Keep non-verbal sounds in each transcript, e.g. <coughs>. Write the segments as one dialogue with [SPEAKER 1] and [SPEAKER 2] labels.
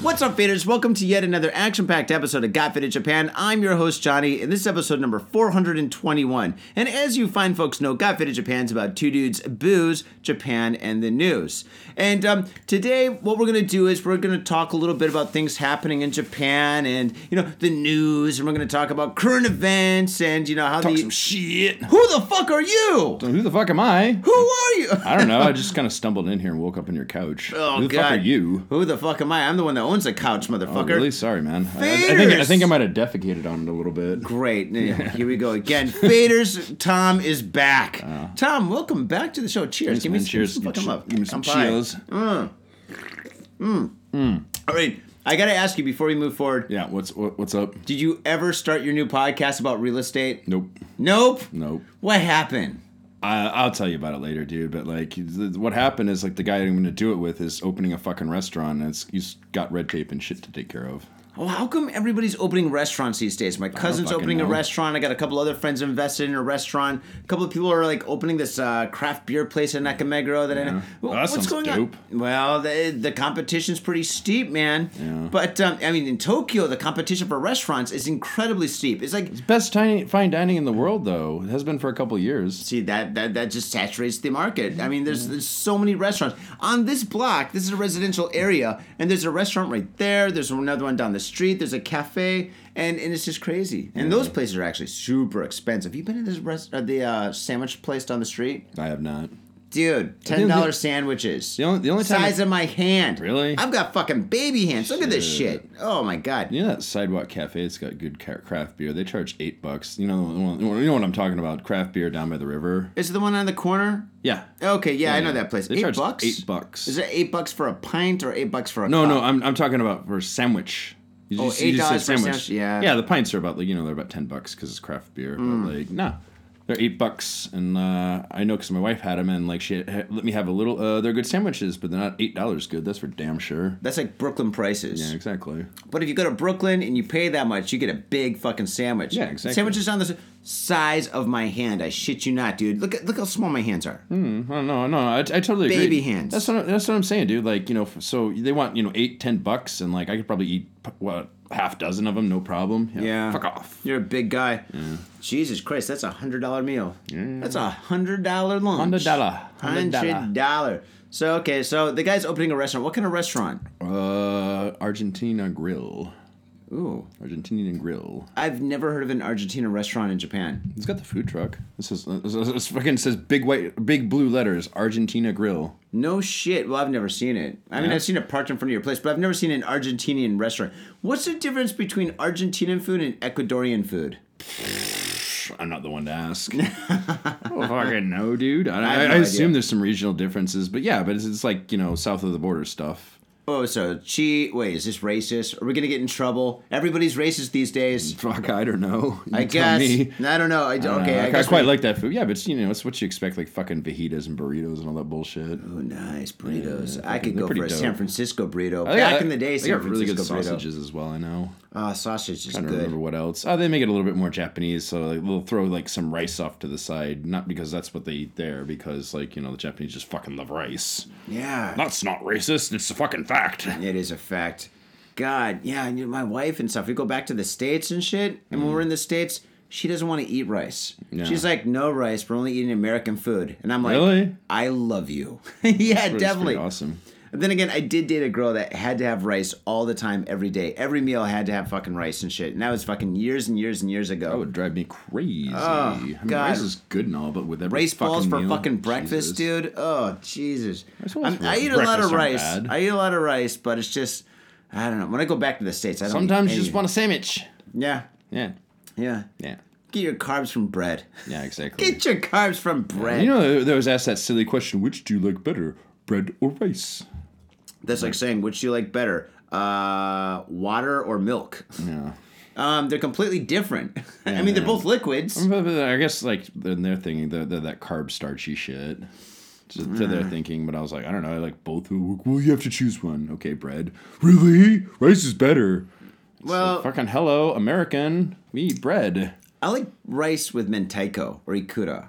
[SPEAKER 1] What's up, faders? Welcome to yet another action packed episode of Got Fit in Japan. I'm your host, Johnny, and this is episode number 421. And as you fine folks know, Got Fit in Japan is about two dudes, booze, Japan, and the news. And um, today, what we're going to do is we're going to talk a little bit about things happening in Japan and, you know, the news, and we're going to talk about current events and, you know, how
[SPEAKER 2] Talk
[SPEAKER 1] the.
[SPEAKER 2] some shit.
[SPEAKER 1] Who the fuck are you?
[SPEAKER 2] Who the fuck am I?
[SPEAKER 1] Who are you?
[SPEAKER 2] I don't know. I just kind of stumbled in here and woke up on your couch.
[SPEAKER 1] Oh,
[SPEAKER 2] Who the
[SPEAKER 1] God.
[SPEAKER 2] fuck are you?
[SPEAKER 1] Who the fuck am I? I'm the one that owns the couch,
[SPEAKER 2] Oh,
[SPEAKER 1] motherfucker.
[SPEAKER 2] really? Sorry, man. I, I- I think I
[SPEAKER 1] Faders.
[SPEAKER 2] think I might have defecated on it a little bit.
[SPEAKER 1] Great. Here we
[SPEAKER 2] <laughs>
[SPEAKER 1] go again. Faders, Tom is back. Tom, welcome back to the show. Cheers. Give me
[SPEAKER 2] Uh. man.
[SPEAKER 1] some,
[SPEAKER 2] Cheers.
[SPEAKER 1] Fuck him up. Mm.
[SPEAKER 2] Give me some
[SPEAKER 1] Kanpai.
[SPEAKER 2] cheers.
[SPEAKER 1] All right. I got to ask you before we move forward
[SPEAKER 2] Yeah. What's what, what's up?
[SPEAKER 1] did you ever start your new podcast about real estate?
[SPEAKER 2] Nope.
[SPEAKER 1] Nope.
[SPEAKER 2] Nope.
[SPEAKER 1] What happened?
[SPEAKER 2] I, I'll tell you about it later, dude. But like, th- what happened is like the guy I'm going to do it with is opening a fucking restaurant, and it's, he's got red tape and shit to take care of.
[SPEAKER 1] Oh, how come everybody's opening restaurants these days? My cousin's
[SPEAKER 2] fucking
[SPEAKER 1] opening a
[SPEAKER 2] know.
[SPEAKER 1] restaurant. I got a couple other friends invested in a restaurant. A couple of people are like opening this uh, craft beer place in Nakameguro. That I know.
[SPEAKER 2] Well, that sounds dope.
[SPEAKER 1] on? Well, the, the competition's pretty steep, man.
[SPEAKER 2] Yeah.
[SPEAKER 1] But um, I mean, in Tokyo, the competition for restaurants is incredibly steep. It's like,
[SPEAKER 2] Best tiny, fine dining in the world, though. It has been for a couple years.
[SPEAKER 1] see that that that just saturates the market. I mean,
[SPEAKER 2] Mm-hmm.
[SPEAKER 1] there's there's so many restaurants on this block. This is a residential area, and there's a restaurant right there. There's another one down the street. There's a cafe, and, and it's just crazy. And those places are actually super expensive. You been to this rest uh, the uh, sandwich place down the street,
[SPEAKER 2] I have not. <laughs>
[SPEAKER 1] dude? Ten dollar sandwiches.
[SPEAKER 2] The only, the only time
[SPEAKER 1] size of my hand.
[SPEAKER 2] Really?
[SPEAKER 1] I've got fucking baby hands. Look at this shit. Oh my god.
[SPEAKER 2] You know that sidewalk cafe? It's got good ca- craft beer. They charge eight bucks. You know, you know what I'm talking about? Craft beer down by the river.
[SPEAKER 1] Is it the one on the corner?
[SPEAKER 2] Yeah,
[SPEAKER 1] Okay, yeah, I know that place.
[SPEAKER 2] they
[SPEAKER 1] eight
[SPEAKER 2] charge
[SPEAKER 1] bucks.
[SPEAKER 2] eight bucks.
[SPEAKER 1] Is it eight bucks for a pint or eight bucks for a?
[SPEAKER 2] no,
[SPEAKER 1] cup?
[SPEAKER 2] no, I'm, I'm talking about for a sandwich. You
[SPEAKER 1] Oh,
[SPEAKER 2] you said
[SPEAKER 1] $8 for a sandwich, yeah. Hmm.
[SPEAKER 2] yeah. The pints are about like you know they're about ten bucks because it's craft beer. But like no, they're eight bucks, and uh, I know because my wife had them, and like she ha- let me have a little. Uh, they're good sandwiches, but they're not eight dollars good. That's for damn sure.
[SPEAKER 1] That's like Brooklyn prices.
[SPEAKER 2] Yeah, exactly.
[SPEAKER 1] But if you go to Brooklyn and you pay that much, you get a big fucking sandwich.
[SPEAKER 2] Yeah, exactly.
[SPEAKER 1] Sandwiches on the s- size of my hand. I shit you not, dude. Look at look how small my hands are.
[SPEAKER 2] No, no, no. I, I totally agree.
[SPEAKER 1] Baby hands.
[SPEAKER 2] That's what, that's what I'm saying, dude. Like, you know, f- so they want, you know, eight, ten bucks, and like I could probably eat, p- what, half dozen of them, no problem.
[SPEAKER 1] Yeah.
[SPEAKER 2] Fuck off.
[SPEAKER 1] You're a big guy. Jesus Christ, that's a hundred dollar meal. That's a hundred dollar lunch.
[SPEAKER 2] Hundred dollar. Hundred
[SPEAKER 1] Hundred
[SPEAKER 2] dollar.
[SPEAKER 1] dollar. So okay, so the guy's opening a restaurant. What kind of restaurant?
[SPEAKER 2] Uh, Argentina Grill.
[SPEAKER 1] Ooh,
[SPEAKER 2] Argentinian Grill.
[SPEAKER 1] I've never heard of an Argentina restaurant in Japan.
[SPEAKER 2] It's got the food truck. This is, this is- this fucking says big white, big blue letters, Argentina Grill.
[SPEAKER 1] No shit. Well, I've never seen it. I mean,
[SPEAKER 2] Yeah.
[SPEAKER 1] I've seen it parked in front of your place, but I've never seen an Argentinian restaurant. What's the difference between Argentinian food and Ecuadorian food?
[SPEAKER 2] Psh, I'm not the one
[SPEAKER 1] <laughs>
[SPEAKER 2] to ask. oh, fucking no, dude. I, I,
[SPEAKER 1] have no
[SPEAKER 2] I
[SPEAKER 1] idea.
[SPEAKER 2] assume there's some regional differences, but yeah, but it's, it's like, you know, south of the border stuff.
[SPEAKER 1] Oh, so chi. Wait, is this racist? Are we gonna get in trouble? Everybody's racist these days.
[SPEAKER 2] Fuck, I don't know. You
[SPEAKER 1] I
[SPEAKER 2] Mm, tell
[SPEAKER 1] guess.
[SPEAKER 2] me.
[SPEAKER 1] I don't know. I,
[SPEAKER 2] Uh,
[SPEAKER 1] okay,
[SPEAKER 2] I,
[SPEAKER 1] I,
[SPEAKER 2] I
[SPEAKER 1] guess
[SPEAKER 2] quite
[SPEAKER 1] we-
[SPEAKER 2] like that food. Yeah, but it's, you know, it's what you expect, like fucking fajitas and burritos and all that bullshit.
[SPEAKER 1] Oh, nice burritos. I
[SPEAKER 2] fucking-
[SPEAKER 1] could
[SPEAKER 2] they're
[SPEAKER 1] go for
[SPEAKER 2] pretty
[SPEAKER 1] a
[SPEAKER 2] dope.
[SPEAKER 1] San Francisco burrito.
[SPEAKER 2] I think
[SPEAKER 1] Back
[SPEAKER 2] I-
[SPEAKER 1] in the day,
[SPEAKER 2] they
[SPEAKER 1] San
[SPEAKER 2] got really good
[SPEAKER 1] Francisco burrito.
[SPEAKER 2] sausages as well. I know.
[SPEAKER 1] Ah, sausage is
[SPEAKER 2] I don't remember
[SPEAKER 1] good.
[SPEAKER 2] what else. Oh, they make it a little bit more Japanese, so like, they'll throw like some rice off to the side, not because that's what they eat there, because like you know the Japanese just fucking love rice.
[SPEAKER 1] Yeah.
[SPEAKER 2] That's not racist. It's a
[SPEAKER 1] <laughs>
[SPEAKER 2] fucking fact.
[SPEAKER 1] It is a fact. God, yeah, and you know, my wife and stuff. We go back to the states and shit, and when we're in the states, she doesn't want to eat rice.
[SPEAKER 2] Yeah.
[SPEAKER 1] She's like, "No rice. We're only eating American food." And I'm like,
[SPEAKER 2] Really?
[SPEAKER 1] "I love you." <laughs> yeah,
[SPEAKER 2] It's
[SPEAKER 1] definitely.
[SPEAKER 2] pretty awesome.
[SPEAKER 1] And then again, I did date a girl that had to have rice all the time, every day, every meal had to have fucking rice and shit. And that was fucking years and years and years ago.
[SPEAKER 2] That would drive me crazy. I mean,
[SPEAKER 1] Ah, God.
[SPEAKER 2] rice is good and all, but with every
[SPEAKER 1] rice
[SPEAKER 2] fucking
[SPEAKER 1] balls for
[SPEAKER 2] meal,
[SPEAKER 1] fucking breakfast,
[SPEAKER 2] Jesus.
[SPEAKER 1] dude. Oh Jesus!
[SPEAKER 2] balls
[SPEAKER 1] I'm-
[SPEAKER 2] for
[SPEAKER 1] I eat a lot of
[SPEAKER 2] breakfast
[SPEAKER 1] rice.
[SPEAKER 2] aren't bad.
[SPEAKER 1] I eat a lot of rice, but it's just I don't know. When I go back to the states, I don't. eat
[SPEAKER 2] Sometimes you just
[SPEAKER 1] anything.
[SPEAKER 2] want a sandwich.
[SPEAKER 1] Yeah,
[SPEAKER 2] Yeah,
[SPEAKER 1] yeah.
[SPEAKER 2] yeah,
[SPEAKER 1] Get your carbs from bread. <laughs>
[SPEAKER 2] yeah. Exactly.
[SPEAKER 1] Get your carbs from bread.
[SPEAKER 2] You know, there was asked that silly question: Which do you like better, bread or rice?
[SPEAKER 1] That's like saying which do you like better, uh, water or milk? <laughs>
[SPEAKER 2] Yeah,
[SPEAKER 1] Um, they're completely different. <laughs> I mean, they're both liquids.
[SPEAKER 2] I guess like in their thinking, they're, they're that carb starchy shit. To, to their
[SPEAKER 1] Mm.
[SPEAKER 2] thinking, but I was like, I don't know. I like both. Well, you have to choose one. Okay, bread. Really? Rice is better. It's like,
[SPEAKER 1] Well-
[SPEAKER 2] fucking hello, American. We eat bread.
[SPEAKER 1] I like rice with mentaiko or ikura.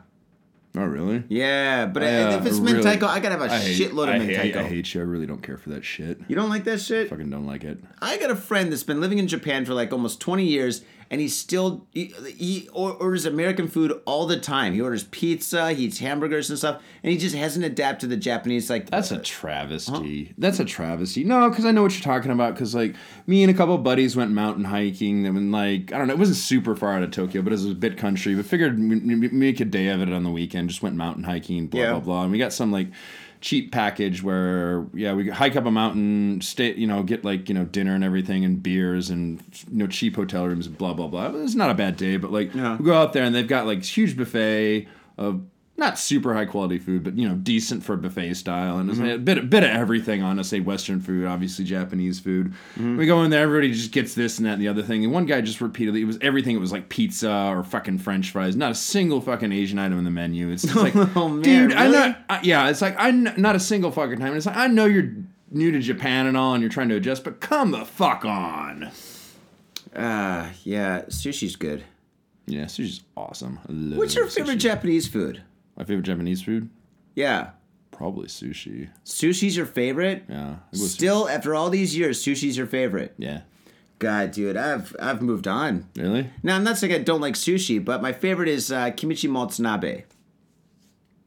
[SPEAKER 2] Oh really?
[SPEAKER 1] Yeah, but
[SPEAKER 2] I, uh,
[SPEAKER 1] if it's
[SPEAKER 2] really-
[SPEAKER 1] mentaiko, I gotta have a
[SPEAKER 2] I hate-
[SPEAKER 1] shitload
[SPEAKER 2] I
[SPEAKER 1] of
[SPEAKER 2] hate-
[SPEAKER 1] mentaiko.
[SPEAKER 2] I hate you. I really don't care for that shit.
[SPEAKER 1] You don't like that shit?
[SPEAKER 2] Fucking don't like it.
[SPEAKER 1] I got a friend that's been living in Japan for like almost 20 years and he still he, he or- orders American food all the time. He orders pizza, he eats hamburgers and stuff, and he just hasn't adapted to the Japanese like
[SPEAKER 2] That's a travesty. That's a travesty. No, because I know what you're talking about. Because like me and a couple of buddies went mountain hiking. And like I don't know, it wasn't super far out of Tokyo, but it was a bit country. But figured m- m- make a day of it on the weekend. Just went mountain hiking. Blah
[SPEAKER 1] Yeah.
[SPEAKER 2] blah blah. And we got some like cheap package where yeah we could hike up a mountain stay you know get like you know dinner and everything and beers and you know cheap hotel rooms and blah blah blah it was not a bad day but like
[SPEAKER 1] Yeah.
[SPEAKER 2] we go out there and they've got like this huge buffet of not super high quality food, but you know, decent for buffet style, and it's
[SPEAKER 1] Mm-hmm.
[SPEAKER 2] a bit, a bit of everything. Honestly, Western food, obviously Japanese food.
[SPEAKER 1] Mm-hmm.
[SPEAKER 2] We go in there, everybody just gets this and that and the other thing. And one guy just repeatedly, it was everything. It was like pizza or fucking French fries. Not a single fucking Asian item in the menu. It's
[SPEAKER 1] <laughs>
[SPEAKER 2] just like,
[SPEAKER 1] Oh, man,
[SPEAKER 2] dude, I'm
[SPEAKER 1] really?
[SPEAKER 2] not. I, yeah, it's like I kn- not a single fucking time. And it's like I know you're new to Japan and all, and you're trying to adjust, but come the fuck on.
[SPEAKER 1] ah yeah, sushi's good.
[SPEAKER 2] Yeah, sushi's awesome. I love
[SPEAKER 1] What's your favorite
[SPEAKER 2] sushi.
[SPEAKER 1] Japanese food?
[SPEAKER 2] My favorite Japanese food,
[SPEAKER 1] Yeah.
[SPEAKER 2] probably sushi.
[SPEAKER 1] Sushi's your favorite?
[SPEAKER 2] Yeah, I go with
[SPEAKER 1] Still after all these years, sushi's your favorite.
[SPEAKER 2] Yeah.
[SPEAKER 1] God, dude, I've I've moved on.
[SPEAKER 2] Really?
[SPEAKER 1] Now, I'm not saying I don't like sushi, but my favorite is uh, kimchi motsunabe.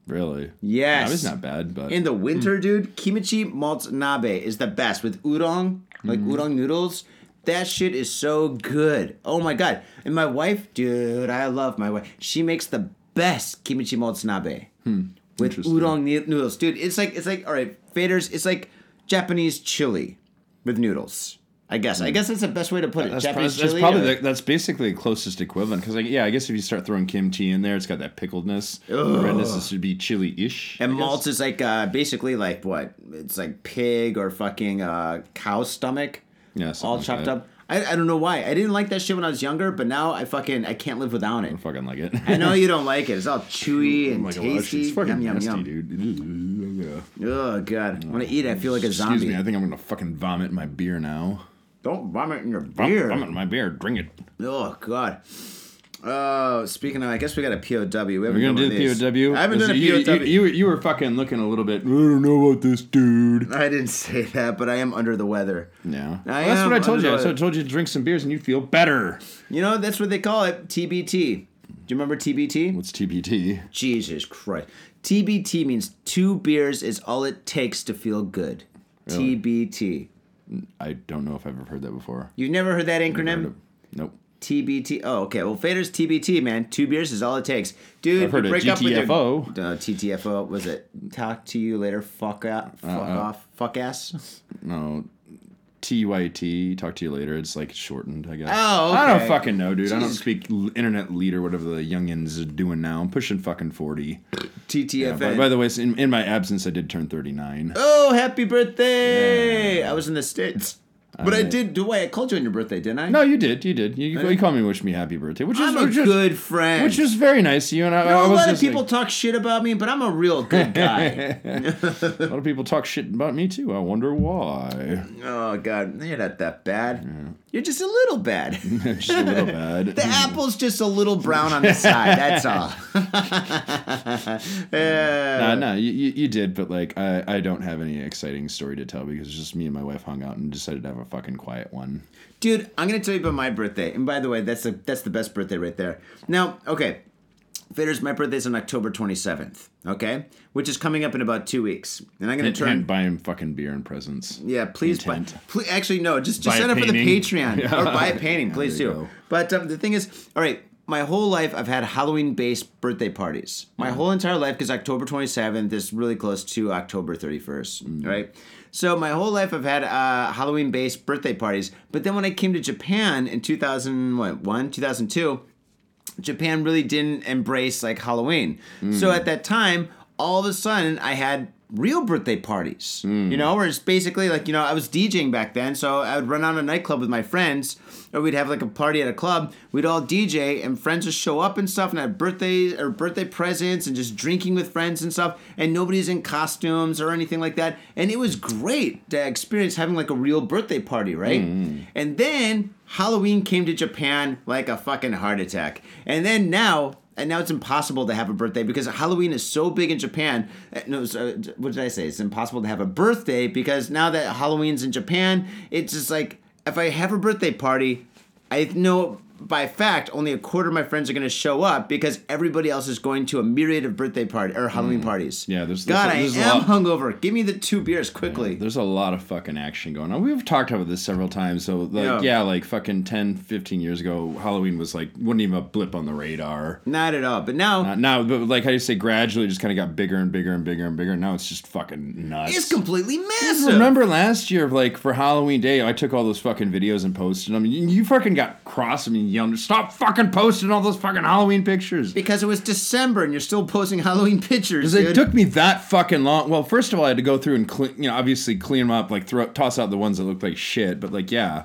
[SPEAKER 2] Really?
[SPEAKER 1] Yes.
[SPEAKER 2] That was not bad, but
[SPEAKER 1] In the
[SPEAKER 2] Mm.
[SPEAKER 1] winter, dude, kimchi motsunabe is the best with udon, like
[SPEAKER 2] Mm-hmm.
[SPEAKER 1] udon noodles. That shit is so good. Oh my god! And my wife, dude, I love my wife. She makes the best kimchi motsunabe with
[SPEAKER 2] Interesting.
[SPEAKER 1] udon ni- noodles, dude. It's like it's like all right, faders. It's like Japanese chili with noodles. I guess. I guess that's the best way to put it.
[SPEAKER 2] Mm. that's,
[SPEAKER 1] Japanese
[SPEAKER 2] probably, that's
[SPEAKER 1] chili.
[SPEAKER 2] probably
[SPEAKER 1] or-
[SPEAKER 2] the, that's basically the closest equivalent. Because like, yeah, I guess if you start throwing kimchi in there, it's got that pickledness. The redness is- should be chili-ish. I
[SPEAKER 1] And
[SPEAKER 2] guess.
[SPEAKER 1] malt is like uh, basically like what? It's like pig or fucking uh, cow stomach.
[SPEAKER 2] Yeah, something
[SPEAKER 1] all
[SPEAKER 2] like
[SPEAKER 1] chopped
[SPEAKER 2] that.
[SPEAKER 1] up. I, I don't know why. I didn't like that shit when I was younger, but now I fucking I can't live without it.
[SPEAKER 2] I fucking like it.
[SPEAKER 1] I know you don't like it. It's all
[SPEAKER 2] <laughs>
[SPEAKER 1] chewy and tasty.
[SPEAKER 2] Oh it's
[SPEAKER 1] yum
[SPEAKER 2] fucking
[SPEAKER 1] yum
[SPEAKER 2] nasty,
[SPEAKER 1] yum.
[SPEAKER 2] dude. Yeah.
[SPEAKER 1] Oh god, when I eat, it, I feel like a
[SPEAKER 2] Excuse
[SPEAKER 1] zombie.
[SPEAKER 2] me, I think I'm gonna fucking vomit in my beer now.
[SPEAKER 1] Don't vomit in your
[SPEAKER 2] Vom-
[SPEAKER 1] beer.
[SPEAKER 2] Vomit in my beer. Drink it.
[SPEAKER 1] Oh god. Oh, speaking of, I guess we got a POW. We haven't
[SPEAKER 2] We're gonna
[SPEAKER 1] done
[SPEAKER 2] do
[SPEAKER 1] one
[SPEAKER 2] the
[SPEAKER 1] of these.
[SPEAKER 2] POW.
[SPEAKER 1] I haven't done a
[SPEAKER 2] You- you-
[SPEAKER 1] POW.
[SPEAKER 2] You, were- you were fucking looking a little bit. I don't know about this, dude.
[SPEAKER 1] I didn't <laughs> say that, but I am under the weather.
[SPEAKER 2] Yeah.
[SPEAKER 1] I
[SPEAKER 2] Well, that's
[SPEAKER 1] am
[SPEAKER 2] what I told you.
[SPEAKER 1] under-
[SPEAKER 2] So I told you to drink some beers and you'd feel better.
[SPEAKER 1] You know, that's what they call it. TBT. Do you remember TBT?
[SPEAKER 2] What's TBT?
[SPEAKER 1] Jesus Christ. TBT means two beers is all it takes to feel good.
[SPEAKER 2] Really?
[SPEAKER 1] TBT.
[SPEAKER 2] I don't know if I've ever heard that before.
[SPEAKER 1] You've never heard that
[SPEAKER 2] Heard
[SPEAKER 1] acronym?
[SPEAKER 2] of- Nope.
[SPEAKER 1] TBT. Oh, okay. Well, Fader's TBT, man. Two beers is all it takes. Dude,
[SPEAKER 2] I've heard
[SPEAKER 1] you
[SPEAKER 2] of
[SPEAKER 1] break up with your... Uh,
[SPEAKER 2] GTFO.
[SPEAKER 1] No, TTFO. Was it talk to you later? Fuck out.
[SPEAKER 2] Uh,
[SPEAKER 1] Fuck off. Fuck
[SPEAKER 2] <laughs>
[SPEAKER 1] ass.
[SPEAKER 2] No. TYT, talk to you later. It's like shortened, I guess.
[SPEAKER 1] Oh,
[SPEAKER 2] I
[SPEAKER 1] okay.
[SPEAKER 2] don't fucking know, dude. I don't
[SPEAKER 1] Jesus.
[SPEAKER 2] speak l- internet leader, whatever the youngins are doing now. I'm pushing fucking 40.
[SPEAKER 1] TTFN.
[SPEAKER 2] By, by the way, in, in my absence, I did turn 39.
[SPEAKER 1] oh, happy birthday! I was in the States. But I
[SPEAKER 2] I-
[SPEAKER 1] did. Do I called you on your birthday, didn't I?
[SPEAKER 2] No, you did. You did. You, you called me and wished me happy birthday, which is,
[SPEAKER 1] I'm a
[SPEAKER 2] which is,
[SPEAKER 1] good friend.
[SPEAKER 2] which is very nice of you. And I, I
[SPEAKER 1] a
[SPEAKER 2] was
[SPEAKER 1] lot of
[SPEAKER 2] just like-
[SPEAKER 1] people talk shit about me, but I'm a real good
[SPEAKER 2] <laughs>
[SPEAKER 1] guy.
[SPEAKER 2] a lot of people talk shit about me, too. I wonder why. <laughs>
[SPEAKER 1] oh god, you're not that bad.
[SPEAKER 2] Mm.
[SPEAKER 1] You're just a little
[SPEAKER 2] <laughs>
[SPEAKER 1] bad.
[SPEAKER 2] just a
[SPEAKER 1] <laughs>
[SPEAKER 2] little bad.
[SPEAKER 1] The apple's just a little brown on the side. That's all.
[SPEAKER 2] <laughs>
[SPEAKER 1] yeah.
[SPEAKER 2] Uh, no, you, you you did, but like I, I don't have any exciting story to tell because it's just me and my wife hung out and decided to have a fucking quiet one.
[SPEAKER 1] Dude, I'm gonna tell you about my birthday. And by the way, that's the that's the best birthday right there. Now, okay. Faders, my birthday's on October 27th, okay? Which is coming up in about two weeks. And I'm gonna
[SPEAKER 2] And,
[SPEAKER 1] turn
[SPEAKER 2] and buy him fucking beer and presents.
[SPEAKER 1] Yeah, please buy.
[SPEAKER 2] Intent.
[SPEAKER 1] Please, actually, no. Just just
[SPEAKER 2] Buy a
[SPEAKER 1] sign up for the
[SPEAKER 2] painting.
[SPEAKER 1] Patreon or
[SPEAKER 2] <laughs>
[SPEAKER 1] buy a painting, please
[SPEAKER 2] there
[SPEAKER 1] do.
[SPEAKER 2] you go.
[SPEAKER 1] But um, the thing is, all right. My whole life, I've had Halloween-based birthday parties. My
[SPEAKER 2] Mm.
[SPEAKER 1] whole entire life, because October 27th is really close to October 31st,
[SPEAKER 2] Mm.
[SPEAKER 1] right? So my whole life, I've had uh, Halloween-based birthday parties. But then when I came to Japan in 2001, 2002, Japan really didn't embrace like Halloween. So at that time, all of a sudden, I had real birthday parties. You know, where it's basically like you know I was DJing back then, so I would run out a nightclub with my friends, or we'd have like a party at a club. We'd all DJ, and friends would show up and stuff, and I had birthdays or birthday presents, and just drinking with friends and stuff, and nobody's in costumes or anything like that. And it was great to experience having like a real birthday party, right? And then Halloween came to Japan like a fucking heart attack. And then now And now it's impossible to have a birthday because Halloween is so big in Japan. Uh, No, so, uh, what did I say? It's impossible to have a birthday because now that Halloween's in Japan, it's just like if I have a birthday party, I know by fact only a quarter of my friends are going to show up because everybody else is going to a myriad of birthday party or Halloween parties.
[SPEAKER 2] Mm. Yeah, there's-
[SPEAKER 1] God,
[SPEAKER 2] there's-
[SPEAKER 1] I
[SPEAKER 2] there's a
[SPEAKER 1] am
[SPEAKER 2] lot-
[SPEAKER 1] hungover. Give me the two beers quickly.
[SPEAKER 2] There's a lot of fucking action going on. We've talked about this several times. So, like,
[SPEAKER 1] Yeah.
[SPEAKER 2] yeah, like fucking 10, 15 years ago, Halloween was like, wasn't even a blip on the radar.
[SPEAKER 1] Not at all. But now
[SPEAKER 2] Uh, now, but like how you say, gradually just kind of got bigger and bigger and bigger and bigger. Now it's just fucking nuts.
[SPEAKER 1] it's completely massive.
[SPEAKER 2] Remember last year, like for Halloween Day, I took all those fucking videos and posted them. You, you fucking got cross and yelled, "Stop fucking posting all those fucking Halloween pictures."
[SPEAKER 1] Because it was December and you're still posting Halloween pictures.
[SPEAKER 2] Because
[SPEAKER 1] dude.
[SPEAKER 2] it took me that fucking long. Well, first of all, I had to go through and clean, you know, obviously clean them up, like throw, toss out the ones that looked like shit. But like, yeah,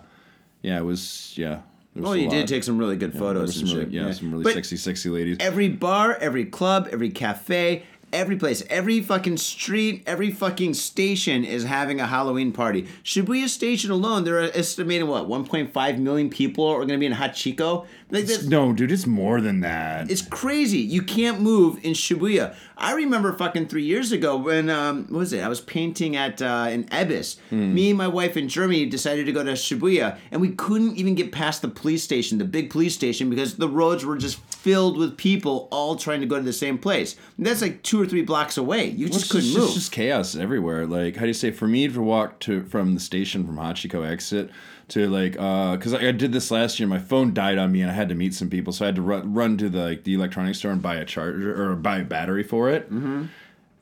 [SPEAKER 2] yeah, it was, yeah. There was
[SPEAKER 1] Well,
[SPEAKER 2] a
[SPEAKER 1] you
[SPEAKER 2] lot.
[SPEAKER 1] did take some really good
[SPEAKER 2] There
[SPEAKER 1] photos
[SPEAKER 2] was
[SPEAKER 1] and
[SPEAKER 2] some
[SPEAKER 1] shit.
[SPEAKER 2] really, yeah, some really
[SPEAKER 1] but
[SPEAKER 2] sexy, sexy ladies.
[SPEAKER 1] Every bar, every club, every cafe, every place, every fucking street, every fucking station is having a Halloween party. Shibuya Station alone, they're estimating what 1.5 million people are going to be in Hachiko. Like that's-
[SPEAKER 2] no, dude, it's more than that.
[SPEAKER 1] It's crazy. You can't move in Shibuya. I remember fucking three years ago when um, what was it? I was painting at uh, in Ebis.
[SPEAKER 2] Hmm.
[SPEAKER 1] Me and my wife in Germany decided to go to Shibuya, and we couldn't even get past the police station, the big police station, because the roads were just filled with people all trying to go to the same place. And that's like two or three blocks away. You just couldn't
[SPEAKER 2] it's
[SPEAKER 1] move.
[SPEAKER 2] It's just chaos everywhere. Like, how do you say? For me to walk to from the station from Hachiko exit to like, because I, I did this last year. My phone died on me, and I had to meet some people, so I had to run, run to the like, the electronics store and buy a charger or buy a battery for it. Mm-hmm.